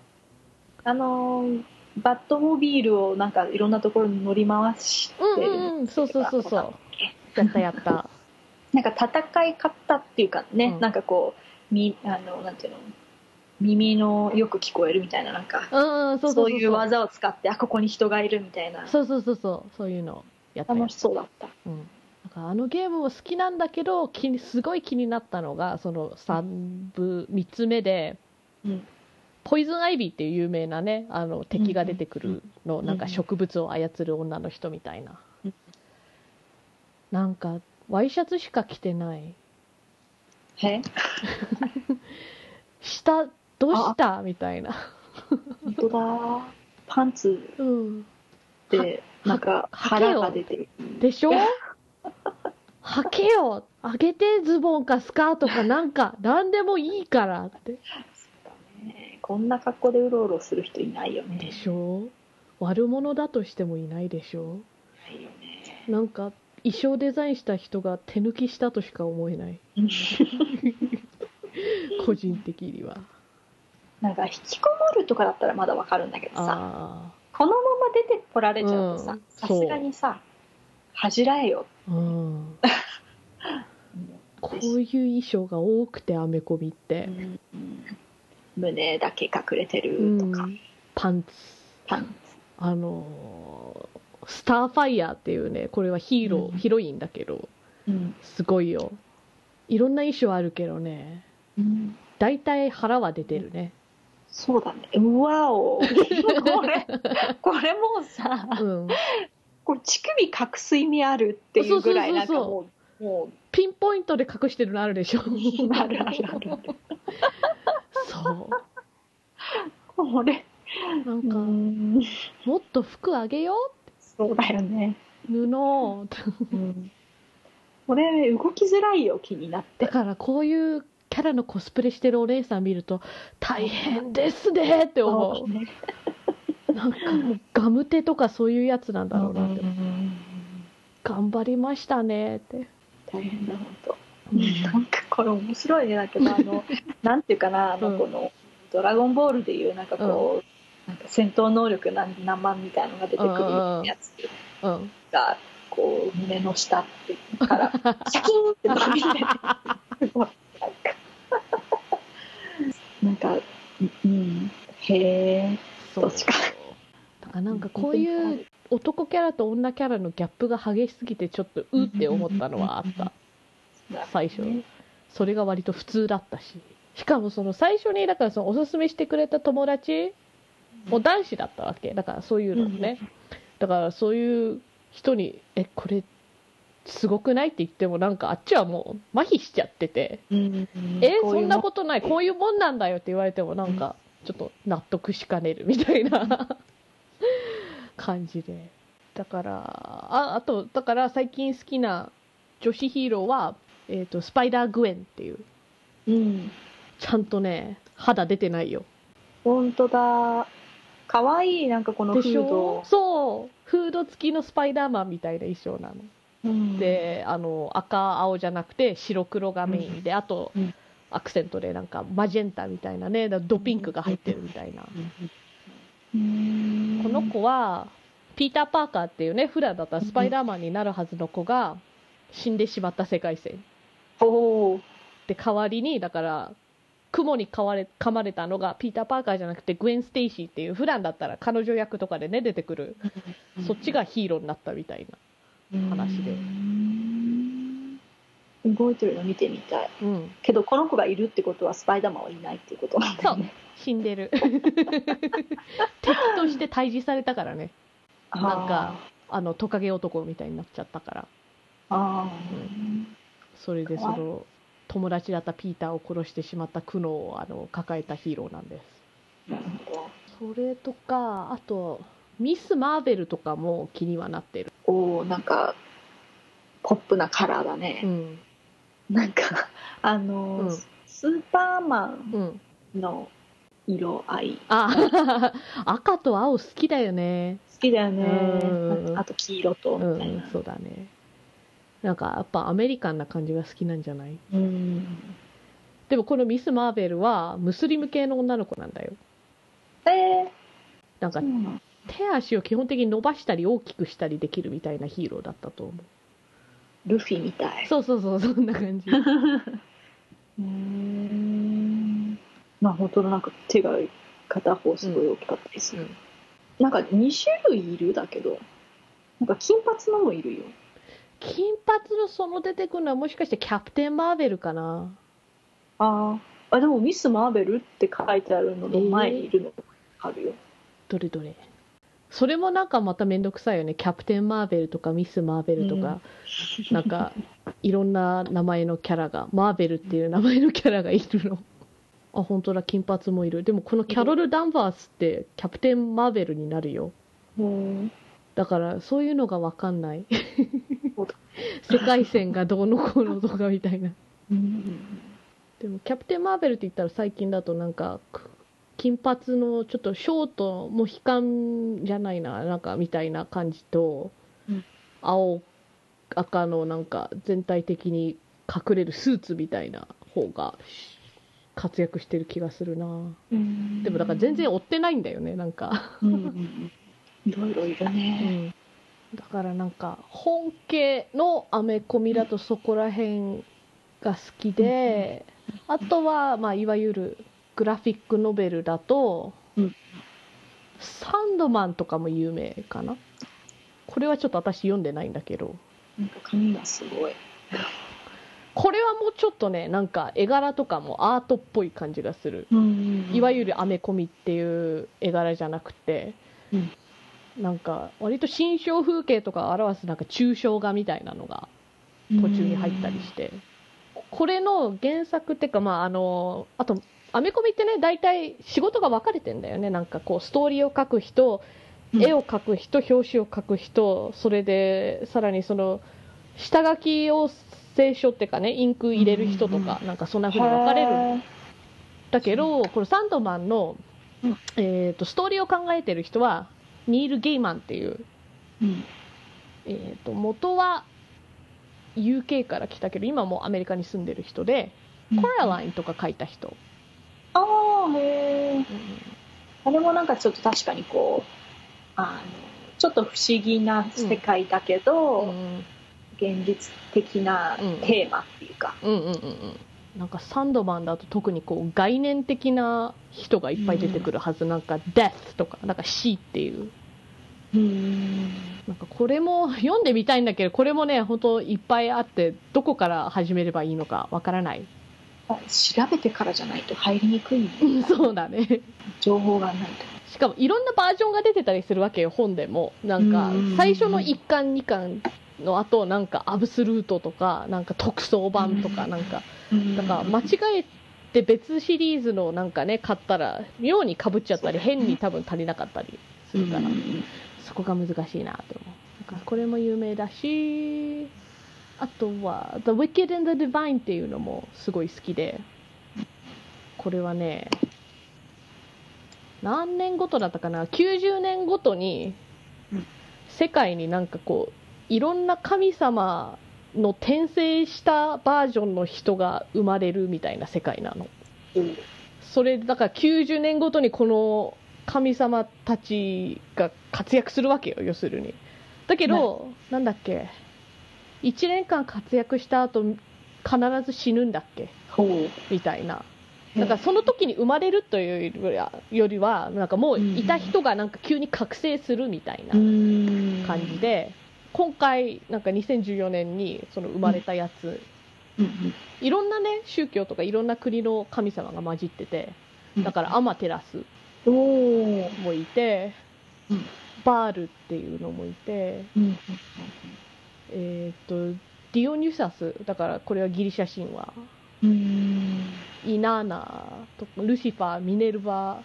B: あのーバットモビールをなんかいろんなところに乗り回して、
A: うんうんそうそうそうそうやったやった
B: なんか戦い方っていうかね、
A: うん
B: なんかこうみあのなんていうの耳のよく聞こえるみたいななんか
A: うんうんそうそうそう
B: いう技を使ってあここに人がいるみたいな
A: そうそうそうそうそういうのやったや
B: 楽
A: っ
B: しそうだった
A: た、うん、なんかあのゲームも好きなんだけど気にすごい気になったのがその3部3つ目で、
B: うん
A: ポイズンアイビーっていう有名なねあの敵が出てくるの、
B: うん
A: なんか植物を操る女の人みたいな、
B: うん
A: なんかワイシャツしか着てない
B: え
A: 下どうしたみたいな、
B: 本当だパンツ
A: うん、
B: でなんか
A: はけよ
B: 腹が出てる
A: でしょはけよあげてズボンかスカートかなんか何でもいいからって
B: そうだねこんな格好でうろうろする人いないよね
A: でしょ悪者だとしてもいないでしょ
B: いないよね
A: なんか衣装デザインした人が手抜きしたとしか思えない個人的には
B: なんか引きこもるとかだったらまだわかるんだけどさ
A: あ
B: このまま出てこられちゃうと
A: う
B: さ
A: ん
B: さすがにさ恥じらえよ
A: あうんこういう衣装が多くてアメコミって
B: う、ん胸だけ隠れて
A: う
B: るとか、
A: ん、パンツ
B: パン
A: あのースターファイヤーっていうねこれはヒーロー、
B: うん
A: ヒロインだけど
B: ツ、うん
A: すごいよいろんな衣装あるけどね大体腹は出てるね
B: そうだねうわお これ これもうさ、
A: うん
B: これ乳首隠す意味あるっていうぐらいなんかもうも
A: ピンポイントで隠してるのあるでしょ
B: う あるあるある
A: そ
B: これ
A: うなん
B: う
A: か、
B: ん
A: もっと服あげよ
B: そうだよね、
A: う布を
B: うん、これ動きづらいよ気になっ
A: だ
B: て
A: からこういうキャラのコスプレしてるお姉さん見ると大変ですねって思
B: ね
A: うなんかもうガム手とかそういうやつなんだろうなって頑張りましたねって
B: 大変だ本当なんかこれ面白いねだけどあ のなんていうかなあ
A: うん
B: のこの「ドラゴンボール」でいうなんかこう、なんか戦闘能力何何万みたいなのが出てくるやつ
A: うん
B: がこう胸の下ってからシャキーンって伸びてなんかうんへえ
A: そ
B: 確か
A: だからなんかこういう男キャラと女キャラのギャップが激しすぎてちょっとうって思ったのはあった最初それが割と普通だったししかもその最初にだからそのおすすめしてくれた友達も男子だったわけだからそういうのねだからそういう人に「えこれすごくない?」って言ってもなんかあっちはもう麻痺しちゃってて
B: え
A: 「えそんなことないこういうもんなんだよ」って言われてもなんかちょっと納得しかねるみたいな 感じでだからああとだから最近好きな女子ヒーローは、えー、とスパイダー・グエンっていう
B: とうん
A: ちゃんとね肌出てないよ
B: 本当だかわいいなんかこのフ
A: でし
B: ード
A: ょそうフード付きのスパイダーマンみたいな衣装なの、
B: うん
A: であの赤青じゃなくて白黒がメインで、あと、
B: うん
A: アクセントでなんかマジェンタみたいなねだドピンクが入ってるみたいな、
B: うん
A: この子はピーター・パーカーっていうねフラだったらスパイダーマンになるはずの子が死んでしまった世界線
B: おー
A: で代わりにだから雲に噛まれ噛まれたのがピーター・パーカーじゃなくてグエン・ステイシーっていう普段だったら彼女役とかでね出てくるそっちがヒーローになったみたい話で
B: うん動いてるの見てみたい
A: な、うん、
B: けどこの子がいるってことはスパイダーマンはいないっていうことなんだ
A: そ
B: よ
A: う
B: ね
A: 死んで る敵として退治されたからねなんかあのトカゲ男みたいになっちゃったから
B: あー
A: それでその友達だったピーターを殺してしまった苦悩をあの抱えたヒーローなんです
B: あーなるほど
A: それとかあとミス・マーベルとかも気にはなってる、
B: おーなんかポップなカラーだ
A: う
B: ね、
A: ん
B: なんか あのー
A: うん
B: スーパーマン
A: うん、
B: の色合い
A: あ 赤と青好きだよね
B: 好きだよね
A: うん
B: あと黄色と
A: う
B: みたい
A: ん
B: な
A: そうだねなんかやっぱアメリカンな感じが好きなんじゃない
B: うん
A: でもこのミス・マーベルはムスリム系の女の子なんだよ
B: えー
A: なんか
B: そうなの
A: 手足を基本的に伸ばしたり大きくしたりできるみたいなヒーローだったと思う
B: ルフィみたい
A: そうそうそうそんな感じ
B: うーんまあ本当のなんか手が片方すごい大きかったりする、
A: うん
B: なんか2種類いるだけどなんか金髪のもいるよ
A: 金髪のその出てくるのはもしかしてキャプテン・マーベルかな
B: あーあでもミス・マーベルって書いてあるのの前にいるのあるよ、
A: どれどれそれもなんかまた面倒くさいよねキャプテン・マーベルとかミス・マーベルとか、なんかいろんな名前のキャラがマーベルっていう名前のキャラがいるのあ本当だ金髪もいるでもこのキャロル・ダンバースってキャプテン・マーベルになるよ
B: うん
A: だからそういうのが分かんない
B: そうだ
A: 世界線がどうのこうのとかみたいな
B: うん
A: でもキャプテン・マーベルって言ったら最近だとなんかく金髪のちょっとショートモヒカンじゃないななんかみたいな感じと、
B: うん
A: 青赤のなんか全体的に隠れるスーツみたいな方が活躍してる気がするな
B: うん
A: でもだから全然追ってないんだよねなんか、
B: うんうんうんいろいろいるね、
A: だからなんか本家のアメコミだとそこら辺が好きで、あとは、まあ、いわゆるグラフィックノベルだと、
B: うん
A: サンドマンとかも有名かなこれはちょっと私読んでないんだけど
B: なんか髪がすごい
A: これはもうちょっとねなんか絵柄とかもアートっぽい感じがするいわゆるアメコミっていう絵柄じゃなくて、
B: うん
A: なんか割と心象風景とかを表すなんか抽象画みたいなのが途中に入ったりして、これの原作っていうか、まあ、あのあとアメコミってね大体仕事が分かれてんだよねなんかこうストーリーを描く人
B: うん
A: 絵を描く人表紙を描く人それでさらにその下書きを清書っていうかねインク入れる人とか、なんかそんな風に分かれるんだよねだけどこのサンドマンの、
B: うん
A: えー、とストーリーを考えてる人はニール・ゲイマンっていう、
B: うん
A: えー、と元は UK から来たけど今もうアメリカに住んでる人で「コラライン」とか書いた人、
B: ああへえあれもなんかちょっと確かにこうあのちょっと不思議な世界だけど、
A: うんうん
B: 現実的なテーマっていうか、
A: うんうんうんなんかサンドマンだと特にこう概念的な人がいっぱい出てくるはず、なんか「Death」とか「なんか死」っていう
B: うん、
A: なんかこれも読んでみたいんだけどこれもね本当いっぱいあってどこから始めればいいのかわからない
B: 調べてからじゃないと入りにくいね
A: うんそうだね
B: 情報がない
A: しかもいろんなバージョンが出てたりするわけよ本でもなんか
B: うんうんうん
A: 最初の1巻2巻の後なんかアブスルートとかなんか特装版とかなんか
B: とうん
A: だから間違えて別シリーズのなんかね買ったら妙にかぶっちゃったり変に多分足りなかったりするから
B: うん
A: そこが難しいなと思うなんかこれも有名だしあとは「The Wicked and the Divine」っていうのもすごい好きでこれはね何年ごとだったかな90年ごとに
B: うん
A: 世界になんかこういろんな神様の転生したバージョンの人が生まれるみたいな世界なの
B: うん
A: それだから90年ごとにこの神様たちが活躍するわけよ要するにだけど、なんだっけ1年間活躍した後必ず死ぬんだっけ
B: ほう
A: みたいなな
B: な
A: んん
B: か
A: かその時に生まれるというよりはよりはなんかもういた人がなんか急に覚醒するみたいな
B: 感
A: 感じ、で今回なんか2014年にその生まれたやつ
B: うん
A: いろんなね宗教とかいろんな国の神様が混じってて
B: うん
A: だからアマテラス
B: おお、
A: もいて
B: うん
A: バールっていうのもいて
B: うん
A: えーっとディオニュサスだからこれはギリシャ神話
B: うん、
A: イナーナとかルシファーミネルヴァ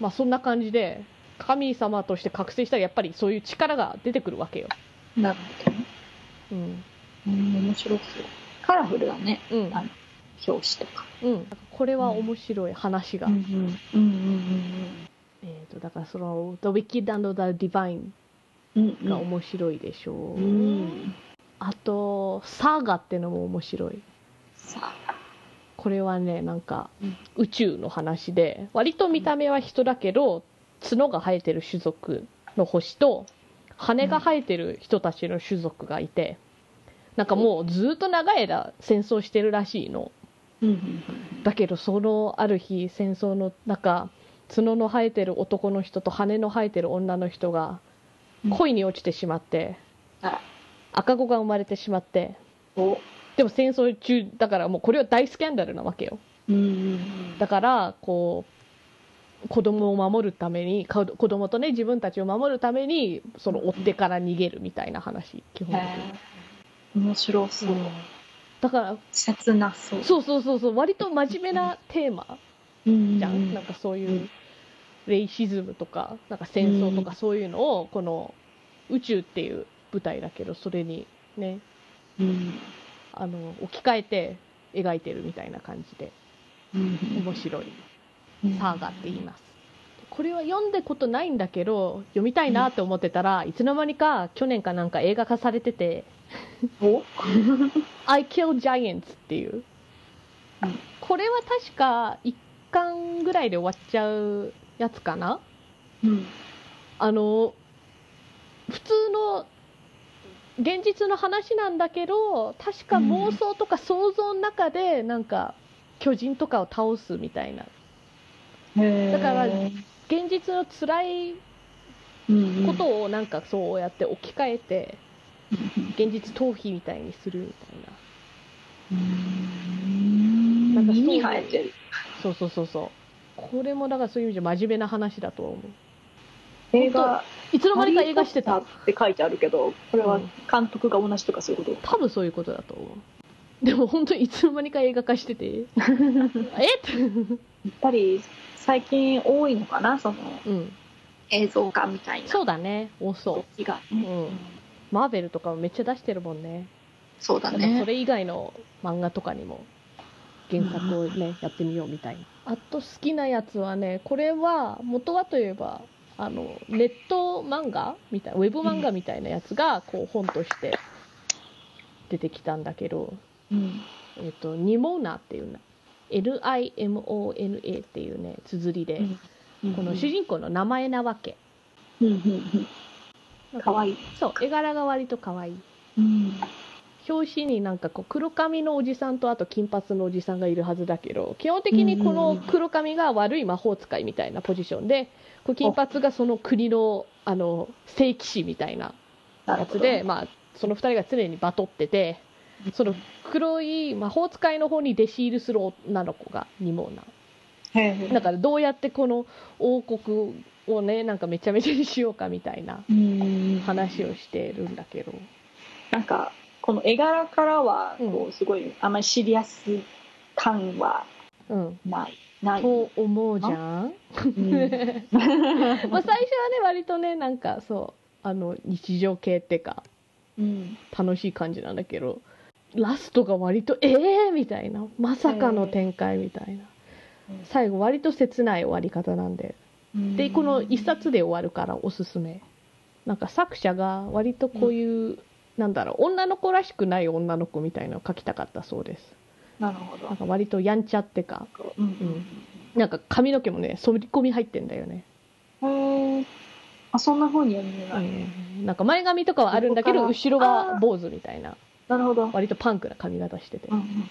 A: まあそんな感じで神様として覚醒したらやっぱりそういう力が出てくるわけよ、
B: なるほどね、
A: うん
B: うん、面白そうカラフルだね
A: うん
B: あ表紙とか、
A: うん、これは面白い話が、
B: んうんうん
A: えー、とだからその「The Wicked and the Divine
B: うんうん」
A: が面白いでしょう、
B: うん
A: あと「サーガ」ってのも面白い
B: さ
A: これはねなんか
B: うん
A: 宇宙の話で割と見た目は人だけど角が生えてる種族の星と羽が生えてる人たちの種族がいてなんかもうずっと長い間戦争してるらしいの
B: うんうん
A: だけどそのある日戦争の中角の生えてる男の人と羽の生えてる女の人が
B: うん
A: 恋に落ちてしまって
B: あら
A: 赤子が生まれてしまって
B: お
A: でも戦争中だからもうこれは大スキャンダルなわけよ
B: うんうん
A: だからこう子供を守るためにか子供とね自分たちを守るためにその追ってから逃げるみたいな話基
B: へ
A: 本
B: え面白そ
A: 的
B: う、
A: に、うんだから
B: 切なそう
A: そうそうそうそう割と真面目なテーマ
B: う、うん、
A: じゃん、なんかそういうレイシズムとかなんか戦争と
B: う
A: かそういうのをこの宇宙っていう舞台だけどそれにね
B: うん
A: あの置き換えて描いてるみたいな感じで面白いサーガって言います。これは読んだことないんだけど読みたいなって思ってたら、いつの間にか去年かなんか映画化されてて
B: すお
A: 「I Kill Giants」っていう、
B: うん
A: これは確か1巻ぐらいで終わっちゃうやつかな
B: うん
A: あの普通の現実の話なんだけど確か妄想とか想像の中でなんか巨人とかを倒すみたいな
B: へえ
A: だから現実の辛い
B: うん
A: こ
B: を
A: とをなんかそうやって置き換えて現実逃避みたいにするみたいななんかそういう
B: 耳に生えてる
A: そうそうそうそうこれもだからそういう意味じゃ真面目な話だとは思う
B: 映画
A: いつの間にか映画してた
B: ハリーポッターって書いてあるけどこれは監督が同じとかそういうこと
A: 多分そういうことだと思うでも本当にいつの間にか映画化してて えっ
B: やっぱり最近多いのかなその
A: うん
B: 映像化みたいな
A: そうだね多そ
B: 時が、
A: ううんうマーベルとかもめっちゃ出してるもんね
B: そうだ
A: なんかそ
B: ね
A: れ以外の漫画とかにも原作をねやってみようみたいなあと好きなやつはねこれは元はといえばあのネット漫画みたいなウェブ漫画みたいなやつがこう本として出てきたんだけど、
B: うん
A: えっとニモーナっていうな NIMONA っていうね綴りで、この主人公の名前なわけ
B: うんうんうんかわいい、
A: そう絵柄が割と可愛い
B: うん、
A: 表紙になんかこう黒髪のおじさんとあと金髪のおじさんがいるはずだけど基本的にこの黒髪が悪い魔法使いみたいなポジションでこう金髪がその国のあの聖騎士みたいな
B: なる
A: やつ
B: ほど
A: で、まあ、その2人が常にバトっててその黒い魔法使いの方に弟子入りする女の子がニモーナ
B: へえ
A: だからどうやってこの王国をねなんかめちゃめちゃにしようかみたいな
B: うん
A: 話をしてるんだけど
B: なんかこの絵柄からは
A: うん
B: こうすごいあんまりシリアス感は
A: うん
B: ないない、
A: と思うじゃん
B: うん
A: まあ最初はね割とねなんかそうあの日常系ってか
B: うん、
A: 楽しい感じなんだけどラストが割とええー、みたいなまさかの展開みたいな
B: うん
A: 最後割と切ない終わり方なんで
B: う
A: でこの一冊で終わるからおすすめなんか作者が割とこういう、なんだろう女の子らしくない女の子みたいなのを書きたかったそうです
B: なるほど
A: なんか割とやんちゃってか
B: うん
A: なんか髪の毛もね染り込み入ってんだよね、
B: うんへえあそんな方には見えない、
A: なんか前髪とかはあるんだけど
B: 横から
A: 後ろが坊主みたいな
B: なるほど、うん
A: 割とパンクな髪型してて
B: うんうん、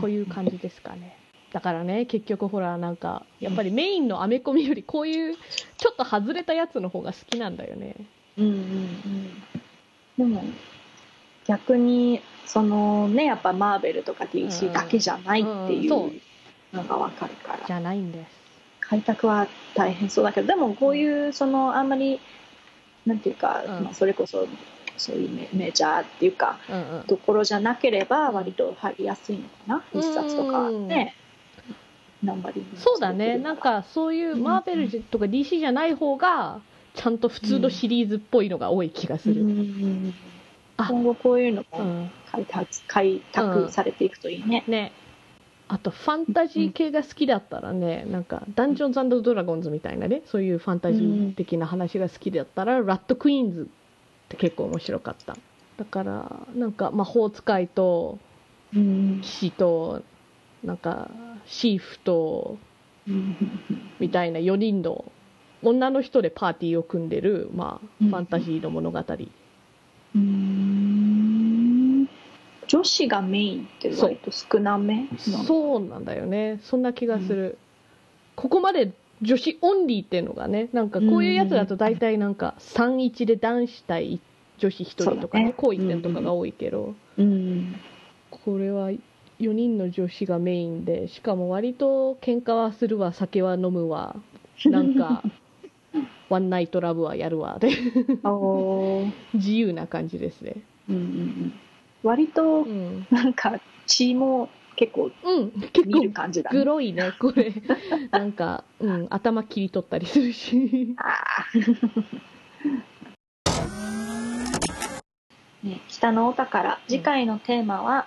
A: という感じですかねだからね結局ほらなんかやっぱりメインのアメコミよりこういうちょっと外れたやつの方が好きなんだよね
B: うんうんうん、でも逆にそのねやっぱマーベルとか
A: うん
B: DC だけじゃないってい
A: うんそう
B: うのがわかるから、
A: じゃないんです
B: 開拓は大変そうだけどでもこういうそのあんまりなんていうか、
A: うん
B: まあ、それこそそういうメメジャーっていうか
A: うんうん
B: ところじゃなければ割と入りやすいのかな
A: うん
B: 一冊とかねナンバリング
A: そうだねなんかそういう
B: うん
A: マーベルとか DC じゃない方がちゃんと普通のシリーズっぽいのが多い気がす
B: うん
A: る、あ
B: 今後こういうの
A: う
B: も
A: ん
B: 開拓開拓されていくといいね、
A: ねあとファンタジー系が好きだったらね、なんかダンジョンズドラゴンズみたいなねそういうファンタジー的な話が好きだったら、ラットクイーンズって結構面白かっただからなんか魔法使いと
B: うん
A: 騎士となんかシーフとみたいな4人の女の人でパーティーを組んでる、まあ、
B: うん
A: ファンタジーの物語、
B: うん女子がメインって割と少なめなの
A: そうなんだよねそんな気がする、ここまで女子オンリーっていうのがねなんかこういうやつだと大体なんか31で男子対女子1人とか
B: そうだ
A: ね
B: ね
A: 好意点とかが多いけど、
B: うん
A: これは4人の女子がメインでしかも割と喧嘩はするわ酒は飲むわなん かワンナイトラブはやるわで
B: おー
A: 自由な感じですね
B: うんうんうん割と
A: うん、
B: なんか血も結構
A: うん、結
B: 見
A: 構
B: る感じだね
A: グロいねこれなんか、うん、頭切り取ったりするし
B: あーね北のお宝次回のテーマは、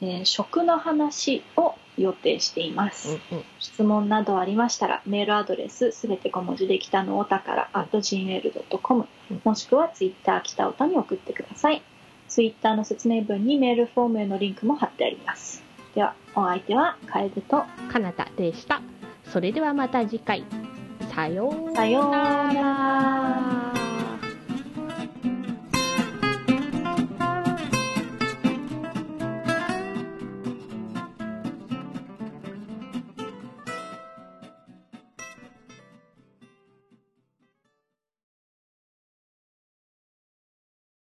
B: えー食の話を予定しています、質問などありましたらメールアドレスすべて小文字で北のおたから at gmail.com
A: うん
B: もしくはツイッター北おたに送ってくださいツイッターの説明文にメールフォームへのリンクも貼ってありますではお相手は楓と
A: かなたでしたそれではまた次回さよう
B: さようなら